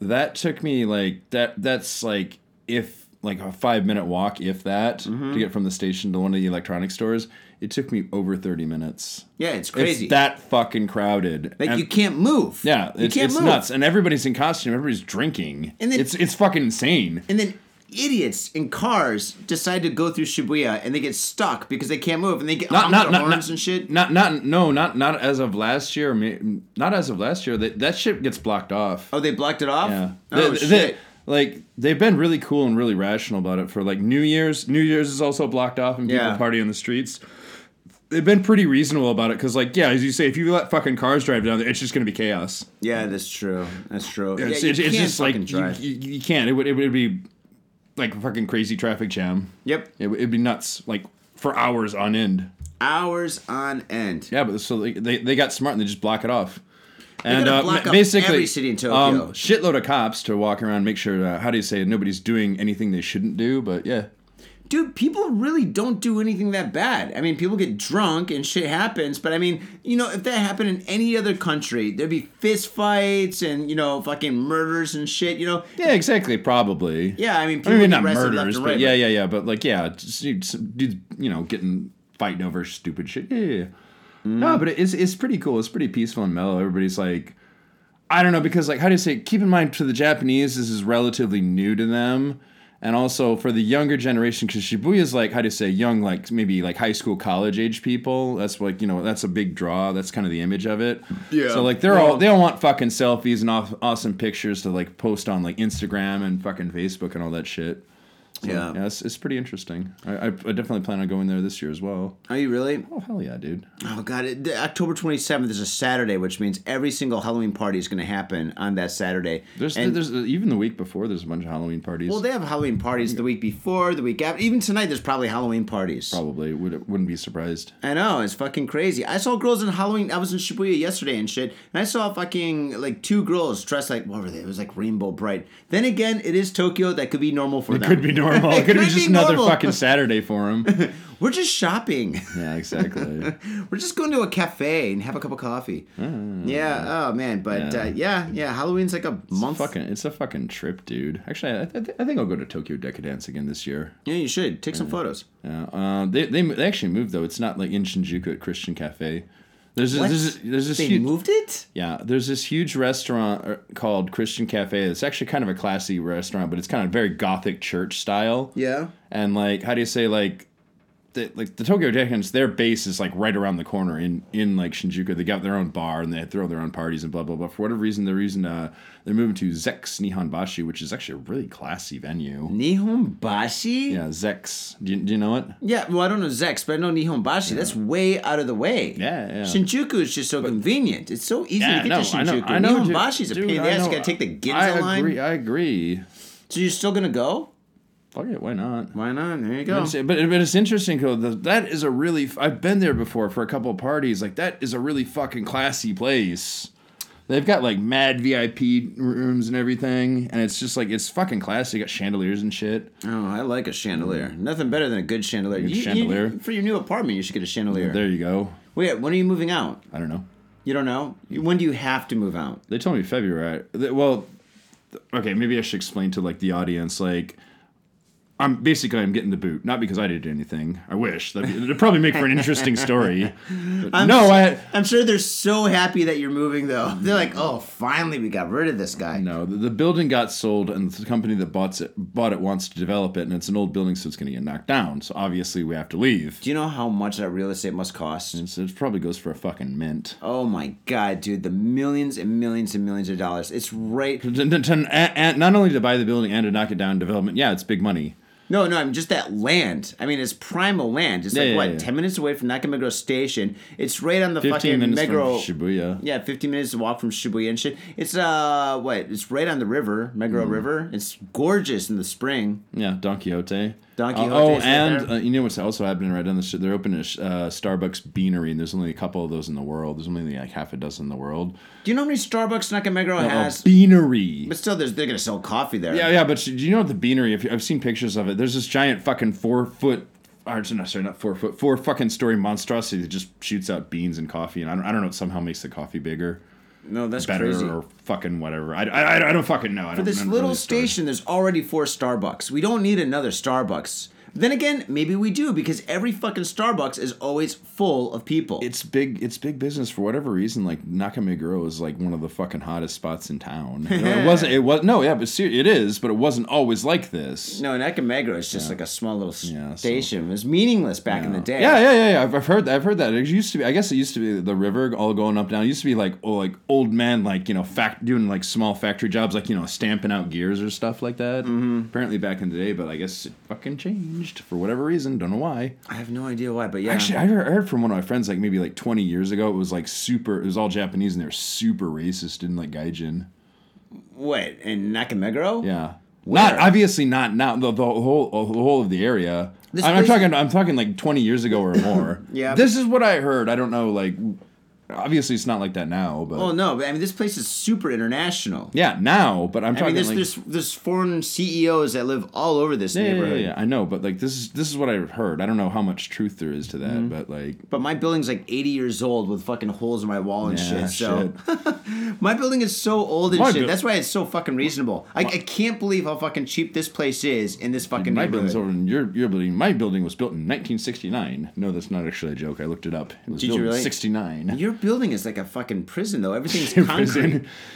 [SPEAKER 2] That took me like that. That's like if like a five minute walk, if that,
[SPEAKER 1] Mm-hmm.
[SPEAKER 2] to get from the station to one of the electronics stores. It took me over thirty minutes.
[SPEAKER 1] yeah, it's crazy.
[SPEAKER 2] It's that fucking crowded.
[SPEAKER 1] like
[SPEAKER 2] And-
[SPEAKER 1] you can't move.
[SPEAKER 2] yeah,
[SPEAKER 1] you
[SPEAKER 2] it's, it's nuts, and everybody's in costume. Everybody's drinking.
[SPEAKER 1] And then-
[SPEAKER 2] it's it's fucking insane.
[SPEAKER 1] And then idiots in cars decide to go through Shibuya and they get stuck because they can't move and they get
[SPEAKER 2] Not
[SPEAKER 1] honk
[SPEAKER 2] not
[SPEAKER 1] their
[SPEAKER 2] not,
[SPEAKER 1] horns
[SPEAKER 2] not
[SPEAKER 1] and shit.
[SPEAKER 2] Not not no not not as of last year. ma- Not as of last year. That that shit gets blocked off.
[SPEAKER 1] Oh, they blocked it off.
[SPEAKER 2] Yeah.
[SPEAKER 1] Oh
[SPEAKER 2] They- they-
[SPEAKER 1] shit.
[SPEAKER 2] like they've been really cool and really rational about it for like New Year's. New Year's is also blocked off and people
[SPEAKER 1] Yeah.
[SPEAKER 2] party on the streets. They've been pretty reasonable about it because, like, yeah, as you say, if you let fucking cars drive down there, it's just going to be chaos.
[SPEAKER 1] yeah, that's true. That's true.
[SPEAKER 2] It's,
[SPEAKER 1] yeah,
[SPEAKER 2] it's,
[SPEAKER 1] you
[SPEAKER 2] it's
[SPEAKER 1] can't
[SPEAKER 2] just like
[SPEAKER 1] fucking
[SPEAKER 2] you,
[SPEAKER 1] drive.
[SPEAKER 2] you, you can't. It would it would be like a fucking crazy traffic jam.
[SPEAKER 1] yep.
[SPEAKER 2] It, it'd be nuts, like for hours on end.
[SPEAKER 1] Hours on end.
[SPEAKER 2] Yeah, but so they, they, they got smart and they just block it off. And
[SPEAKER 1] gotta
[SPEAKER 2] uh,
[SPEAKER 1] block
[SPEAKER 2] ma-
[SPEAKER 1] up
[SPEAKER 2] basically,
[SPEAKER 1] every city in Tokyo.
[SPEAKER 2] Um, shitload of cops to walk around, make sure. Uh, how do you say? it? Nobody's doing anything they shouldn't do. But yeah,
[SPEAKER 1] Dude, people really don't do anything that bad. I mean, people get drunk and shit happens, but I mean, you know, if that happened in any other country, there'd be fist fights and, you know, fucking murders and shit, you know?
[SPEAKER 2] yeah, exactly. Probably.
[SPEAKER 1] Yeah, I mean,
[SPEAKER 2] I
[SPEAKER 1] people
[SPEAKER 2] mean,
[SPEAKER 1] get
[SPEAKER 2] not
[SPEAKER 1] arrested left
[SPEAKER 2] murders,
[SPEAKER 1] and
[SPEAKER 2] but
[SPEAKER 1] right,
[SPEAKER 2] yeah, yeah, yeah. But like, yeah, just, you, some dudes, you know, getting fighting over stupid shit. Yeah, yeah. yeah.
[SPEAKER 1] Mm.
[SPEAKER 2] No, but it's it's pretty cool. It's pretty peaceful and mellow. Everybody's like, I don't know, because like, how do you say? it? Keep in mind, to the Japanese, this is relatively new to them, and also for the younger generation, because Shibuya's like, how do you say, young, like maybe like high school, college age people. That's like you know, that's a big draw. That's kind of the image of it.
[SPEAKER 1] Yeah.
[SPEAKER 2] So like, they're
[SPEAKER 1] Well-
[SPEAKER 2] all they all want fucking selfies and aw- awesome pictures to like post on like Instagram and fucking Facebook and all that shit. So,
[SPEAKER 1] Yeah.
[SPEAKER 2] yeah, it's, it's pretty interesting. I, I, I definitely plan on going there this year as well.
[SPEAKER 1] Are you really?
[SPEAKER 2] Oh hell yeah, dude!
[SPEAKER 1] Oh god, it, the- October 27th is a Saturday, which means every single Halloween party is going to happen on that Saturday.
[SPEAKER 2] There's
[SPEAKER 1] And-
[SPEAKER 2] there's even the week before there's a bunch of Halloween parties.
[SPEAKER 1] well, they have Halloween parties the week before, the week after. Even tonight, there's probably Halloween parties.
[SPEAKER 2] Probably would wouldn't be surprised.
[SPEAKER 1] I know it's fucking crazy. I saw girls in Halloween. I was in Shibuya yesterday and shit, and I saw fucking like two girls dressed like what were they? It was like rainbow bright. Then again, it is Tokyo. That could be normal for them.
[SPEAKER 2] Could
[SPEAKER 1] <laughs>
[SPEAKER 2] be normal.
[SPEAKER 1] It
[SPEAKER 2] Could, be
[SPEAKER 1] could
[SPEAKER 2] just
[SPEAKER 1] be
[SPEAKER 2] another
[SPEAKER 1] normal.
[SPEAKER 2] fucking Saturday
[SPEAKER 1] <laughs>
[SPEAKER 2] for him.
[SPEAKER 1] We're just shopping. <laughs>
[SPEAKER 2] yeah, exactly.
[SPEAKER 1] We're just going to a cafe and have a cup of coffee. yeah. Oh man. But yeah.
[SPEAKER 2] Hmm. Yeah.
[SPEAKER 1] Uh, yeah, yeah. Halloween's like a month.
[SPEAKER 2] fucking, it's a fucking trip, dude. Actually, I, I, th- I think I'll go to Tokyo Decadence again this year.
[SPEAKER 1] Yeah, you should take some photos.
[SPEAKER 2] Yeah, uh, they, they they actually moved though. It's not like in Shinjuku at Christian Cafe. There's this,
[SPEAKER 1] What?
[SPEAKER 2] there's this, there's this
[SPEAKER 1] They
[SPEAKER 2] huge,
[SPEAKER 1] moved it?
[SPEAKER 2] Yeah, there's this huge restaurant er, called Christian Cafe. It's actually kind of a classy restaurant, but it's kind of very gothic church style.
[SPEAKER 1] Yeah.
[SPEAKER 2] And like, how do you say like they, like the Tokyo Jackans, their base is like right around the corner in in like Shinjuku. They got their own bar and they throw their own parties and blah blah blah. For whatever reason, they're using uh they're moving to Zex Nihonbashi, which is actually a really classy venue.
[SPEAKER 1] Nihonbashi?
[SPEAKER 2] Yeah, Zex. Do you, do you know it?
[SPEAKER 1] Yeah, well, I don't know Zex, but I know Nihonbashi. That's way out of the way.
[SPEAKER 2] Yeah, yeah.
[SPEAKER 1] Shinjuku is just so convenient. It's so easy to get to Shinjuku.
[SPEAKER 2] dude.
[SPEAKER 1] Nihonbashi's a
[SPEAKER 2] Dude,
[SPEAKER 1] pain in
[SPEAKER 2] I
[SPEAKER 1] the ass.
[SPEAKER 2] know.
[SPEAKER 1] You gotta take the Ginza
[SPEAKER 2] I
[SPEAKER 1] line.
[SPEAKER 2] agree. I agree.
[SPEAKER 1] So you're still gonna go?
[SPEAKER 2] Fuck it. Why not?
[SPEAKER 1] Why not? There you go.
[SPEAKER 2] But, but it's interesting, though. That, that is a really. I've been there before for a couple of parties. Like that is a really fucking classy place. They've got like mad VIP rooms and everything, and it's just like it's fucking classy. They got chandeliers and shit.
[SPEAKER 1] Oh, I like a chandelier. Nothing better than a good chandelier. You- you-
[SPEAKER 2] chandelier.
[SPEAKER 1] for your new apartment, you should get a chandelier.
[SPEAKER 2] There you go.
[SPEAKER 1] Wait, when are you moving out?
[SPEAKER 2] I don't know.
[SPEAKER 1] You don't know? You- When do you have to move out?
[SPEAKER 2] They told me February. Th- Well, th- okay, maybe I should explain to like the audience like. I'm basically I'm getting the boot, not because I did anything. I wish that would probably make for an interesting story. But no, I
[SPEAKER 1] I'm sure they're so happy that you're moving, though. <laughs> They're like, oh, finally we got rid of this guy.
[SPEAKER 2] No, the, the building got sold, and the company that bought it bought it wants to develop it, and it's an old building, so it's going to get knocked down. So obviously, we have to leave.
[SPEAKER 1] Do you know how much that real estate must cost?
[SPEAKER 2] So it probably goes for a fucking mint.
[SPEAKER 1] Oh my god, dude, the millions and millions and millions of dollars. It's right.
[SPEAKER 2] And, and- and- and not only to buy the building and to knock it down, development. Yeah, it's big money.
[SPEAKER 1] No, no, I'm just that land. I mean, it's primal land. It's like
[SPEAKER 2] yeah,
[SPEAKER 1] what,
[SPEAKER 2] yeah.
[SPEAKER 1] ten minutes away from Nakameguro Station. It's right on the fucking
[SPEAKER 2] Fifteen minutes
[SPEAKER 1] Meguro.
[SPEAKER 2] from Shibuya.
[SPEAKER 1] yeah, 15 minutes to walk from Shibuya and shit. It's uh, what? It's right on the river, Meguro
[SPEAKER 2] Mm-hmm.
[SPEAKER 1] River. It's gorgeous in the spring.
[SPEAKER 2] Yeah, Don Quixote.
[SPEAKER 1] Don
[SPEAKER 2] Uh,
[SPEAKER 1] Quixote
[SPEAKER 2] oh,
[SPEAKER 1] is right
[SPEAKER 2] and
[SPEAKER 1] there.
[SPEAKER 2] uh, you know what's also happening right down the street? They're opening a sh- uh, Starbucks Beanery, and there's only a couple of those in the world. There's only like half a dozen in the world.
[SPEAKER 1] Do you know how many Starbucks Nakameguro
[SPEAKER 2] A
[SPEAKER 1] has?
[SPEAKER 2] beanery.
[SPEAKER 1] But still, there's, they're gonna sell coffee there.
[SPEAKER 2] Yeah, yeah, but do you know what the beanery? If you, I've seen pictures of it, there's this giant fucking four foot. Or, no, sorry, not four foot, four fucking story monstrosity that just shoots out beans and coffee, and I don't, I don't know, it somehow makes the coffee bigger,
[SPEAKER 1] No, that's
[SPEAKER 2] better,
[SPEAKER 1] crazy.
[SPEAKER 2] or fucking whatever. I, I, I don't fucking know. I
[SPEAKER 1] For
[SPEAKER 2] don't
[SPEAKER 1] this
[SPEAKER 2] remember
[SPEAKER 1] little
[SPEAKER 2] the story.
[SPEAKER 1] station, there's already four Starbucks. We don't need another Starbucks. Then again, maybe we do because every fucking Starbucks is always full of people.
[SPEAKER 2] It's big. It's big business for whatever reason. Like Nakameguro is like one of the fucking hottest spots in town. You know, it <laughs> wasn't. It was no. Yeah, but ser- it is. But it wasn't always like this.
[SPEAKER 1] no, Nakameguro is just like a small little
[SPEAKER 2] Yeah, so-
[SPEAKER 1] station. It was meaningless back in the day.
[SPEAKER 2] Yeah, yeah, yeah, yeah. I've, I've heard that. I've heard that. It used to be. I guess it used to be the river all going up down. It used to be like oh, like old man, like you know, fact doing like small factory jobs, like you know, stamping out gears or stuff like that. Apparently back in the day, but I guess it fucking changed for whatever reason. Don't know why. Um,
[SPEAKER 1] I have no idea why, but yeah.
[SPEAKER 2] Actually, I heard, I heard from one of my friends like maybe like twenty years ago. It was like super. It was all Japanese and they were super racist in like gaijin.
[SPEAKER 1] what in Nakameguro?
[SPEAKER 2] Yeah.
[SPEAKER 1] Where?
[SPEAKER 2] Not obviously not now the, the whole uh, the whole of the area.
[SPEAKER 1] This
[SPEAKER 2] I'm, I'm
[SPEAKER 1] place-
[SPEAKER 2] talking I'm talking like 20 years ago or more.
[SPEAKER 1] <coughs> Yeah.
[SPEAKER 2] This is what I heard. I don't know like obviously it's not like that now, but
[SPEAKER 1] Well, no, but I mean this place is super international.
[SPEAKER 2] yeah, now, but I'm
[SPEAKER 1] I mean,
[SPEAKER 2] talking
[SPEAKER 1] there's,
[SPEAKER 2] like
[SPEAKER 1] there's there's foreign CEOs that live all over this
[SPEAKER 2] yeah, yeah, yeah,
[SPEAKER 1] neighborhood.
[SPEAKER 2] yeah, I know, but like this is this is what I've heard. I don't know how much truth there is to that,
[SPEAKER 1] Mm-hmm.
[SPEAKER 2] but like
[SPEAKER 1] But my building's like 80 years old with fucking holes in my wall and
[SPEAKER 2] yeah,
[SPEAKER 1] shit. So <laughs> my building is so old and
[SPEAKER 2] My
[SPEAKER 1] shit.
[SPEAKER 2] buil-
[SPEAKER 1] That's why it's so fucking reasonable. I, I can't believe how fucking cheap this place is in this fucking
[SPEAKER 2] My
[SPEAKER 1] neighborhood.
[SPEAKER 2] building's over in your, your building. My building was built in 1969. No, that's not actually a joke. I looked it up. It was
[SPEAKER 1] Did you
[SPEAKER 2] built
[SPEAKER 1] really?
[SPEAKER 2] in 69.
[SPEAKER 1] Your building is like a fucking prison, though.
[SPEAKER 2] <laughs>
[SPEAKER 1] Everything's
[SPEAKER 2] Prison.
[SPEAKER 1] concrete.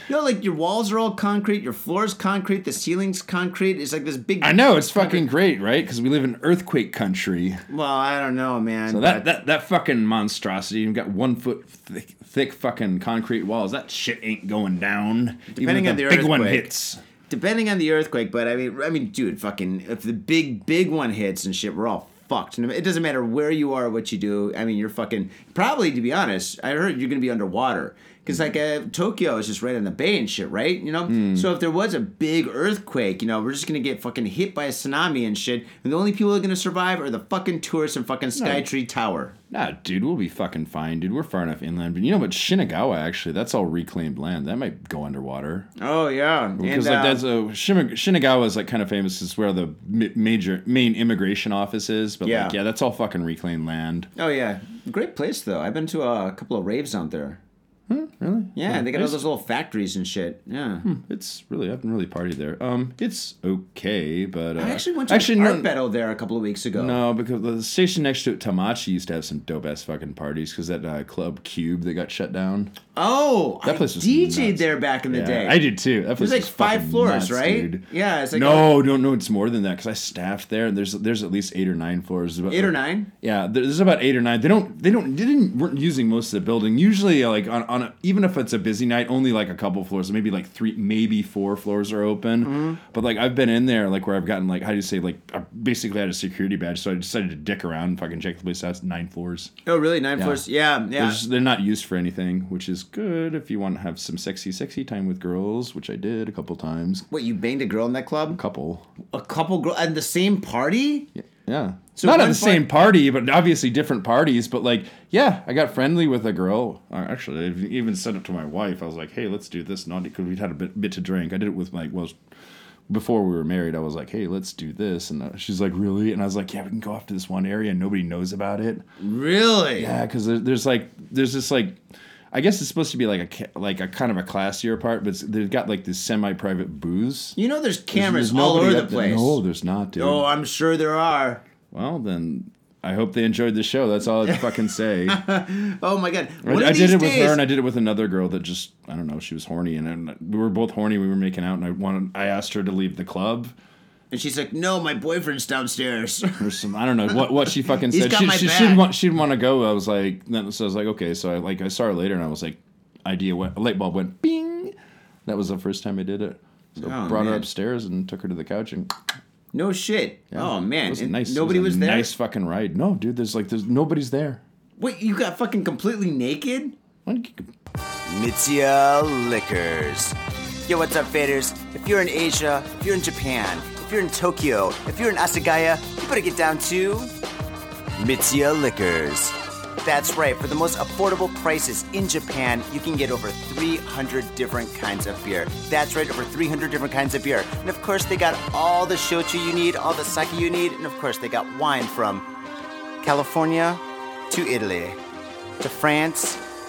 [SPEAKER 1] You know, like your walls are all concrete, your floor's concrete, the ceiling's concrete. It's like this big.
[SPEAKER 2] I know it's fucking great, right? Because we live in earthquake country.
[SPEAKER 1] Well, I don't know, man.
[SPEAKER 2] So that, that that fucking monstrosity, you've got one foot thick, thick fucking concrete walls. That shit ain't going down.
[SPEAKER 1] Depending
[SPEAKER 2] if
[SPEAKER 1] on the
[SPEAKER 2] big one
[SPEAKER 1] earthquake.
[SPEAKER 2] hits.
[SPEAKER 1] depending on the earthquake, but I mean, I mean, dude, fucking, if the big, big one hits and shit, we're all fucked. And It doesn't matter where you are, what you do. I mean, you're fucking probably, to be honest. I heard you're gonna be underwater because like uh, Tokyo is just right on the bay and shit, right? You know.
[SPEAKER 2] Hmm.
[SPEAKER 1] So if there was a big earthquake, you know, we're just gonna get fucking hit by a tsunami and shit, and the only people that are gonna survive are the fucking tourists and fucking Skytree Tower.
[SPEAKER 2] Nah, dude, we'll be fucking fine, dude. We're far enough inland. But you know what? Shinagawa, actually, that's all reclaimed land. That might go underwater.
[SPEAKER 1] Oh yeah, and
[SPEAKER 2] Because like
[SPEAKER 1] uh,
[SPEAKER 2] that's a Shima- Shinagawa is like kind of famous. It's where the ma- major main immigration office is. But
[SPEAKER 1] Yeah.
[SPEAKER 2] like, yeah, that's all fucking reclaimed land.
[SPEAKER 1] oh yeah, great place though. I've been to uh, a couple of raves out there.
[SPEAKER 2] Hmm, Really?
[SPEAKER 1] Yeah, they got all
[SPEAKER 2] Nice. Hmm.
[SPEAKER 1] those little factories and shit. Yeah.
[SPEAKER 2] It's really I haven't really partied there. Um, it's okay, but uh,
[SPEAKER 1] I actually went to
[SPEAKER 2] actually
[SPEAKER 1] an
[SPEAKER 2] no,
[SPEAKER 1] art battle there a couple of weeks ago.
[SPEAKER 2] no, because the station next to it, Tamachi, used to have some dope ass fucking parties because that uh, club Cube that got shut down.
[SPEAKER 1] Oh, that
[SPEAKER 2] place was
[SPEAKER 1] DJ'd
[SPEAKER 2] nuts.
[SPEAKER 1] there back in the
[SPEAKER 2] Yeah,
[SPEAKER 1] day.
[SPEAKER 2] I did too. That
[SPEAKER 1] It was
[SPEAKER 2] place
[SPEAKER 1] like
[SPEAKER 2] was
[SPEAKER 1] five
[SPEAKER 2] fucking
[SPEAKER 1] floors,
[SPEAKER 2] nuts,
[SPEAKER 1] right?
[SPEAKER 2] dude.
[SPEAKER 1] Yeah, it's like
[SPEAKER 2] no, no, no. It's more than that because I staffed there. And there's there's at least eight or nine floors. There's about-
[SPEAKER 1] eight or nine.
[SPEAKER 2] Yeah, there- there's about eight or nine. They don't they don't they didn't weren't using most of the building. Usually, uh, like on on a, even if it's a busy night, only like a couple floors, maybe like three, maybe four floors are open. But like I've been in there, like where I've gotten like how do you say like I basically had a security badge, so I decided to dick around and fucking check the place out. It's Nine floors.
[SPEAKER 1] Oh, really? Nine floors? Yeah, yeah.
[SPEAKER 2] There's- they're not used for anything, which is good if you want to have some sexy, sexy time with girls, which I did a couple times.
[SPEAKER 1] What you banged a girl in that club?
[SPEAKER 2] Couple.
[SPEAKER 1] A couple girl at the same party?
[SPEAKER 2] Yeah. Not
[SPEAKER 1] one
[SPEAKER 2] at the
[SPEAKER 1] part-
[SPEAKER 2] same party, but obviously different parties. But like, yeah, I got friendly with a girl. Uh, Actually, I even said it to my wife. I was like, "Hey, let's do this naughty," because we'd had a bit, bit to drink. I did it with like, well, before we were married. I was like, "Hey, let's do this," and uh, she's like, "Really?" And I was like, "Yeah, we can go off to this one area and nobody knows about it."
[SPEAKER 1] Really?
[SPEAKER 2] Yeah, because there, there's like there's this like. I guess it's supposed to be like a ca- like a kind of a classier part, but it's- they've got like this semi-private booze.
[SPEAKER 1] You know there's
[SPEAKER 2] There's-
[SPEAKER 1] cameras
[SPEAKER 2] there's
[SPEAKER 1] all
[SPEAKER 2] nobody
[SPEAKER 1] over the
[SPEAKER 2] up there.
[SPEAKER 1] place.
[SPEAKER 2] No, there's not, dude.
[SPEAKER 1] Oh, I'm sure there are.
[SPEAKER 2] Well, then I hope they enjoyed the show. That's all I can
[SPEAKER 1] <laughs>
[SPEAKER 2] fucking say. I,
[SPEAKER 1] Oh my god. One
[SPEAKER 2] I
[SPEAKER 1] of
[SPEAKER 2] did
[SPEAKER 1] these
[SPEAKER 2] it with
[SPEAKER 1] days,
[SPEAKER 2] her, and I did it with another girl that just I don't know. She was horny, and, and we were both horny. We were making out, and I wanted. I asked her to leave the club.
[SPEAKER 1] and she's like, "No, my boyfriend's downstairs." <laughs>
[SPEAKER 2] Or some, I don't know what what she fucking
[SPEAKER 1] He's
[SPEAKER 2] said.
[SPEAKER 1] got
[SPEAKER 2] She,
[SPEAKER 1] my
[SPEAKER 2] she,
[SPEAKER 1] back.
[SPEAKER 2] she didn't want she didn't want to go. I was like, then- so I was like, okay. So I like I saw her later, and I was like, idea went light bulb went bing. That was the first time I did it. So
[SPEAKER 1] Oh,
[SPEAKER 2] brought her
[SPEAKER 1] man.
[SPEAKER 2] upstairs and took her to the couch and
[SPEAKER 1] no shit. Oh man,
[SPEAKER 2] it was a
[SPEAKER 1] And
[SPEAKER 2] nice. it
[SPEAKER 1] nobody
[SPEAKER 2] a
[SPEAKER 1] was, there.
[SPEAKER 2] Nice fucking ride. No, dude, there's like there's nobody's there.
[SPEAKER 1] Wait, you got fucking completely naked?
[SPEAKER 3] Mitsuya Liquors. Yo, what's up, faders? If you're in Asia, if you're in Japan, if you're in Tokyo, if you're in Asagaya, you better get down to Mitsuya Liquors. That's right, for the most affordable prices in Japan, you can get over 300 different kinds of beer. That's right, over 300 different kinds of beer. And of course, they got all the shochu you need, all the sake you need, and of course, they got wine from California to Italy to France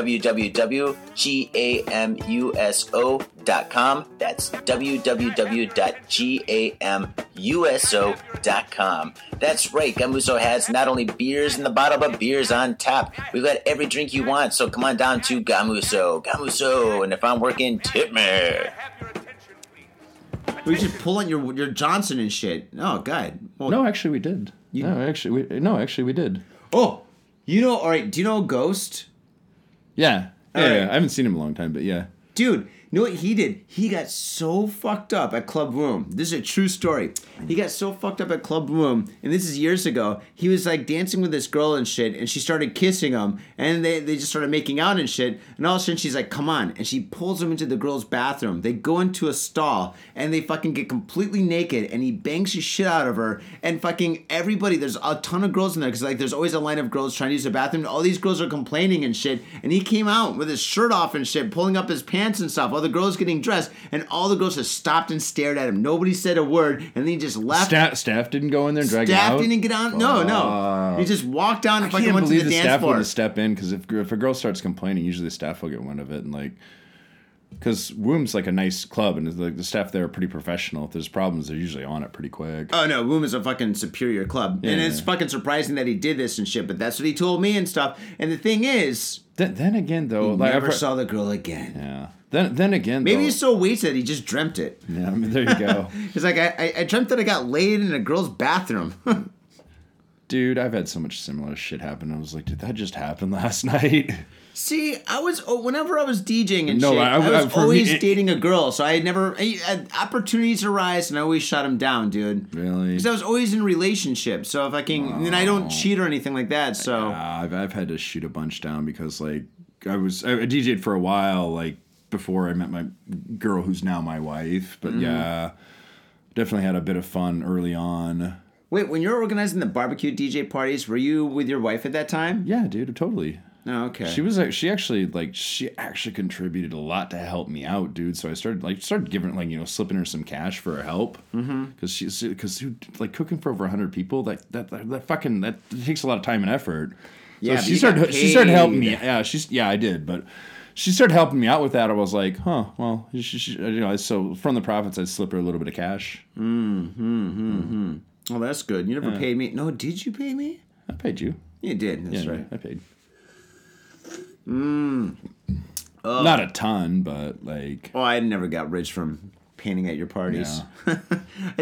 [SPEAKER 3] www.gamuso.com. That's www.gamuso.com. That's right, Gamuso has not only beers in the bottle, but beers on tap. We've got every drink you want, so come on down to Gamuso. Gamuso, and if I'm working, tip me.
[SPEAKER 1] We just pull on your your Johnson and shit. Oh god. Well,
[SPEAKER 2] No, actually, we did. no, actually, we no, actually, we did.
[SPEAKER 1] Oh, you know. All right. Do you know Ghost?
[SPEAKER 2] Yeah. Yeah,
[SPEAKER 1] Alright.
[SPEAKER 2] yeah, I haven't seen him in a long time, but yeah.
[SPEAKER 1] Dude, you know what he did? He got so fucked up at Club Room. This is a true story. He got so fucked up at Club Room, and this is years ago. He was like dancing with this girl and shit, and she started kissing him, and they, they just started making out and shit. And all of a sudden, she's like, come on. And she pulls him into the girl's bathroom. They go into a stall, and they fucking get completely naked, and he bangs his shit out of her. And fucking everybody, there's a ton of girls in there, because like there's always a line of girls trying to use the bathroom. and All these girls are complaining and shit. And he came out with his shirt off and shit, pulling up his pants and stuff while the girls getting dressed. And all the girls just stopped and stared at him. Nobody said a word. And then he just left.
[SPEAKER 2] Staff staff didn't go in there and drag him
[SPEAKER 1] staff
[SPEAKER 2] out.
[SPEAKER 1] didn't get on. No, no. He just walked down and
[SPEAKER 2] I
[SPEAKER 1] fucking
[SPEAKER 2] can't
[SPEAKER 1] went to
[SPEAKER 2] believe
[SPEAKER 1] the
[SPEAKER 2] the
[SPEAKER 1] dance
[SPEAKER 2] staff
[SPEAKER 1] floor.
[SPEAKER 2] would step in because if if a girl starts complaining, usually the staff will get wind of it and like Because Womb's like a nice club, and the, the staff there are pretty professional. If there's problems, they're usually on it pretty quick.
[SPEAKER 1] Oh no, Woom is a fucking superior club, and it's fucking surprising that he did this and shit. But that's what he told me and stuff. And the thing is,
[SPEAKER 2] Th- then again, though, like,
[SPEAKER 1] never
[SPEAKER 2] I've-
[SPEAKER 1] saw the girl again.
[SPEAKER 2] Yeah. Then then again,
[SPEAKER 1] Maybe
[SPEAKER 2] though,
[SPEAKER 1] he's so wasted he just dreamt it.
[SPEAKER 2] yeah, I mean, there you go,
[SPEAKER 1] <laughs> He's like, I, I, I dreamt that I got laid in a girl's bathroom. <laughs>
[SPEAKER 2] dude. I've had so much similar shit happen. I was like, did that just happen last <laughs> night?
[SPEAKER 1] See, I was oh, whenever I was DJing and
[SPEAKER 2] No,
[SPEAKER 1] shit,
[SPEAKER 2] I-
[SPEAKER 1] I,
[SPEAKER 2] I-
[SPEAKER 1] was
[SPEAKER 2] for me,
[SPEAKER 1] always
[SPEAKER 2] it-
[SPEAKER 1] dating a girl, so I had never I, I, opportunities arise, and I always shut them down, dude.
[SPEAKER 2] Really?
[SPEAKER 1] Because I was always in relationships, so if I can, and I don't cheat or anything like that, so.
[SPEAKER 2] Yeah, Uh, I've, I've had to shoot a bunch down because like I was I, I DJ'd for a while like before I met my girl who's now my wife. But yeah, definitely had a bit of fun early on.
[SPEAKER 1] Wait, when you were organizing the barbecue DJ parties, were you with your wife at that time?
[SPEAKER 2] Yeah, dude, totally.
[SPEAKER 1] No, okay.
[SPEAKER 2] She was like, she actually like she actually contributed a lot to help me out, dude. So I started like started giving like you know slipping her some cash for her help because mm-hmm. she's because dude, like cooking for over hundred people that, that that that fucking that takes a lot of time and effort.
[SPEAKER 1] Yeah, but
[SPEAKER 2] so she
[SPEAKER 1] you
[SPEAKER 2] started
[SPEAKER 1] got
[SPEAKER 2] she started helping me.
[SPEAKER 1] paid.
[SPEAKER 2] Yeah, she's yeah I did, but she started helping me out with that. I was like, huh, well, she, she, you know, so from the profits, I'd slip her a little bit of cash.
[SPEAKER 1] oh, that's good. You never paid me. No, did you pay me?
[SPEAKER 2] I paid you.
[SPEAKER 1] You did. That's
[SPEAKER 2] Yeah,
[SPEAKER 1] right. Mm.
[SPEAKER 2] I paid. Not a ton, but like.
[SPEAKER 1] Oh, I never got rich from painting at your parties. <laughs> I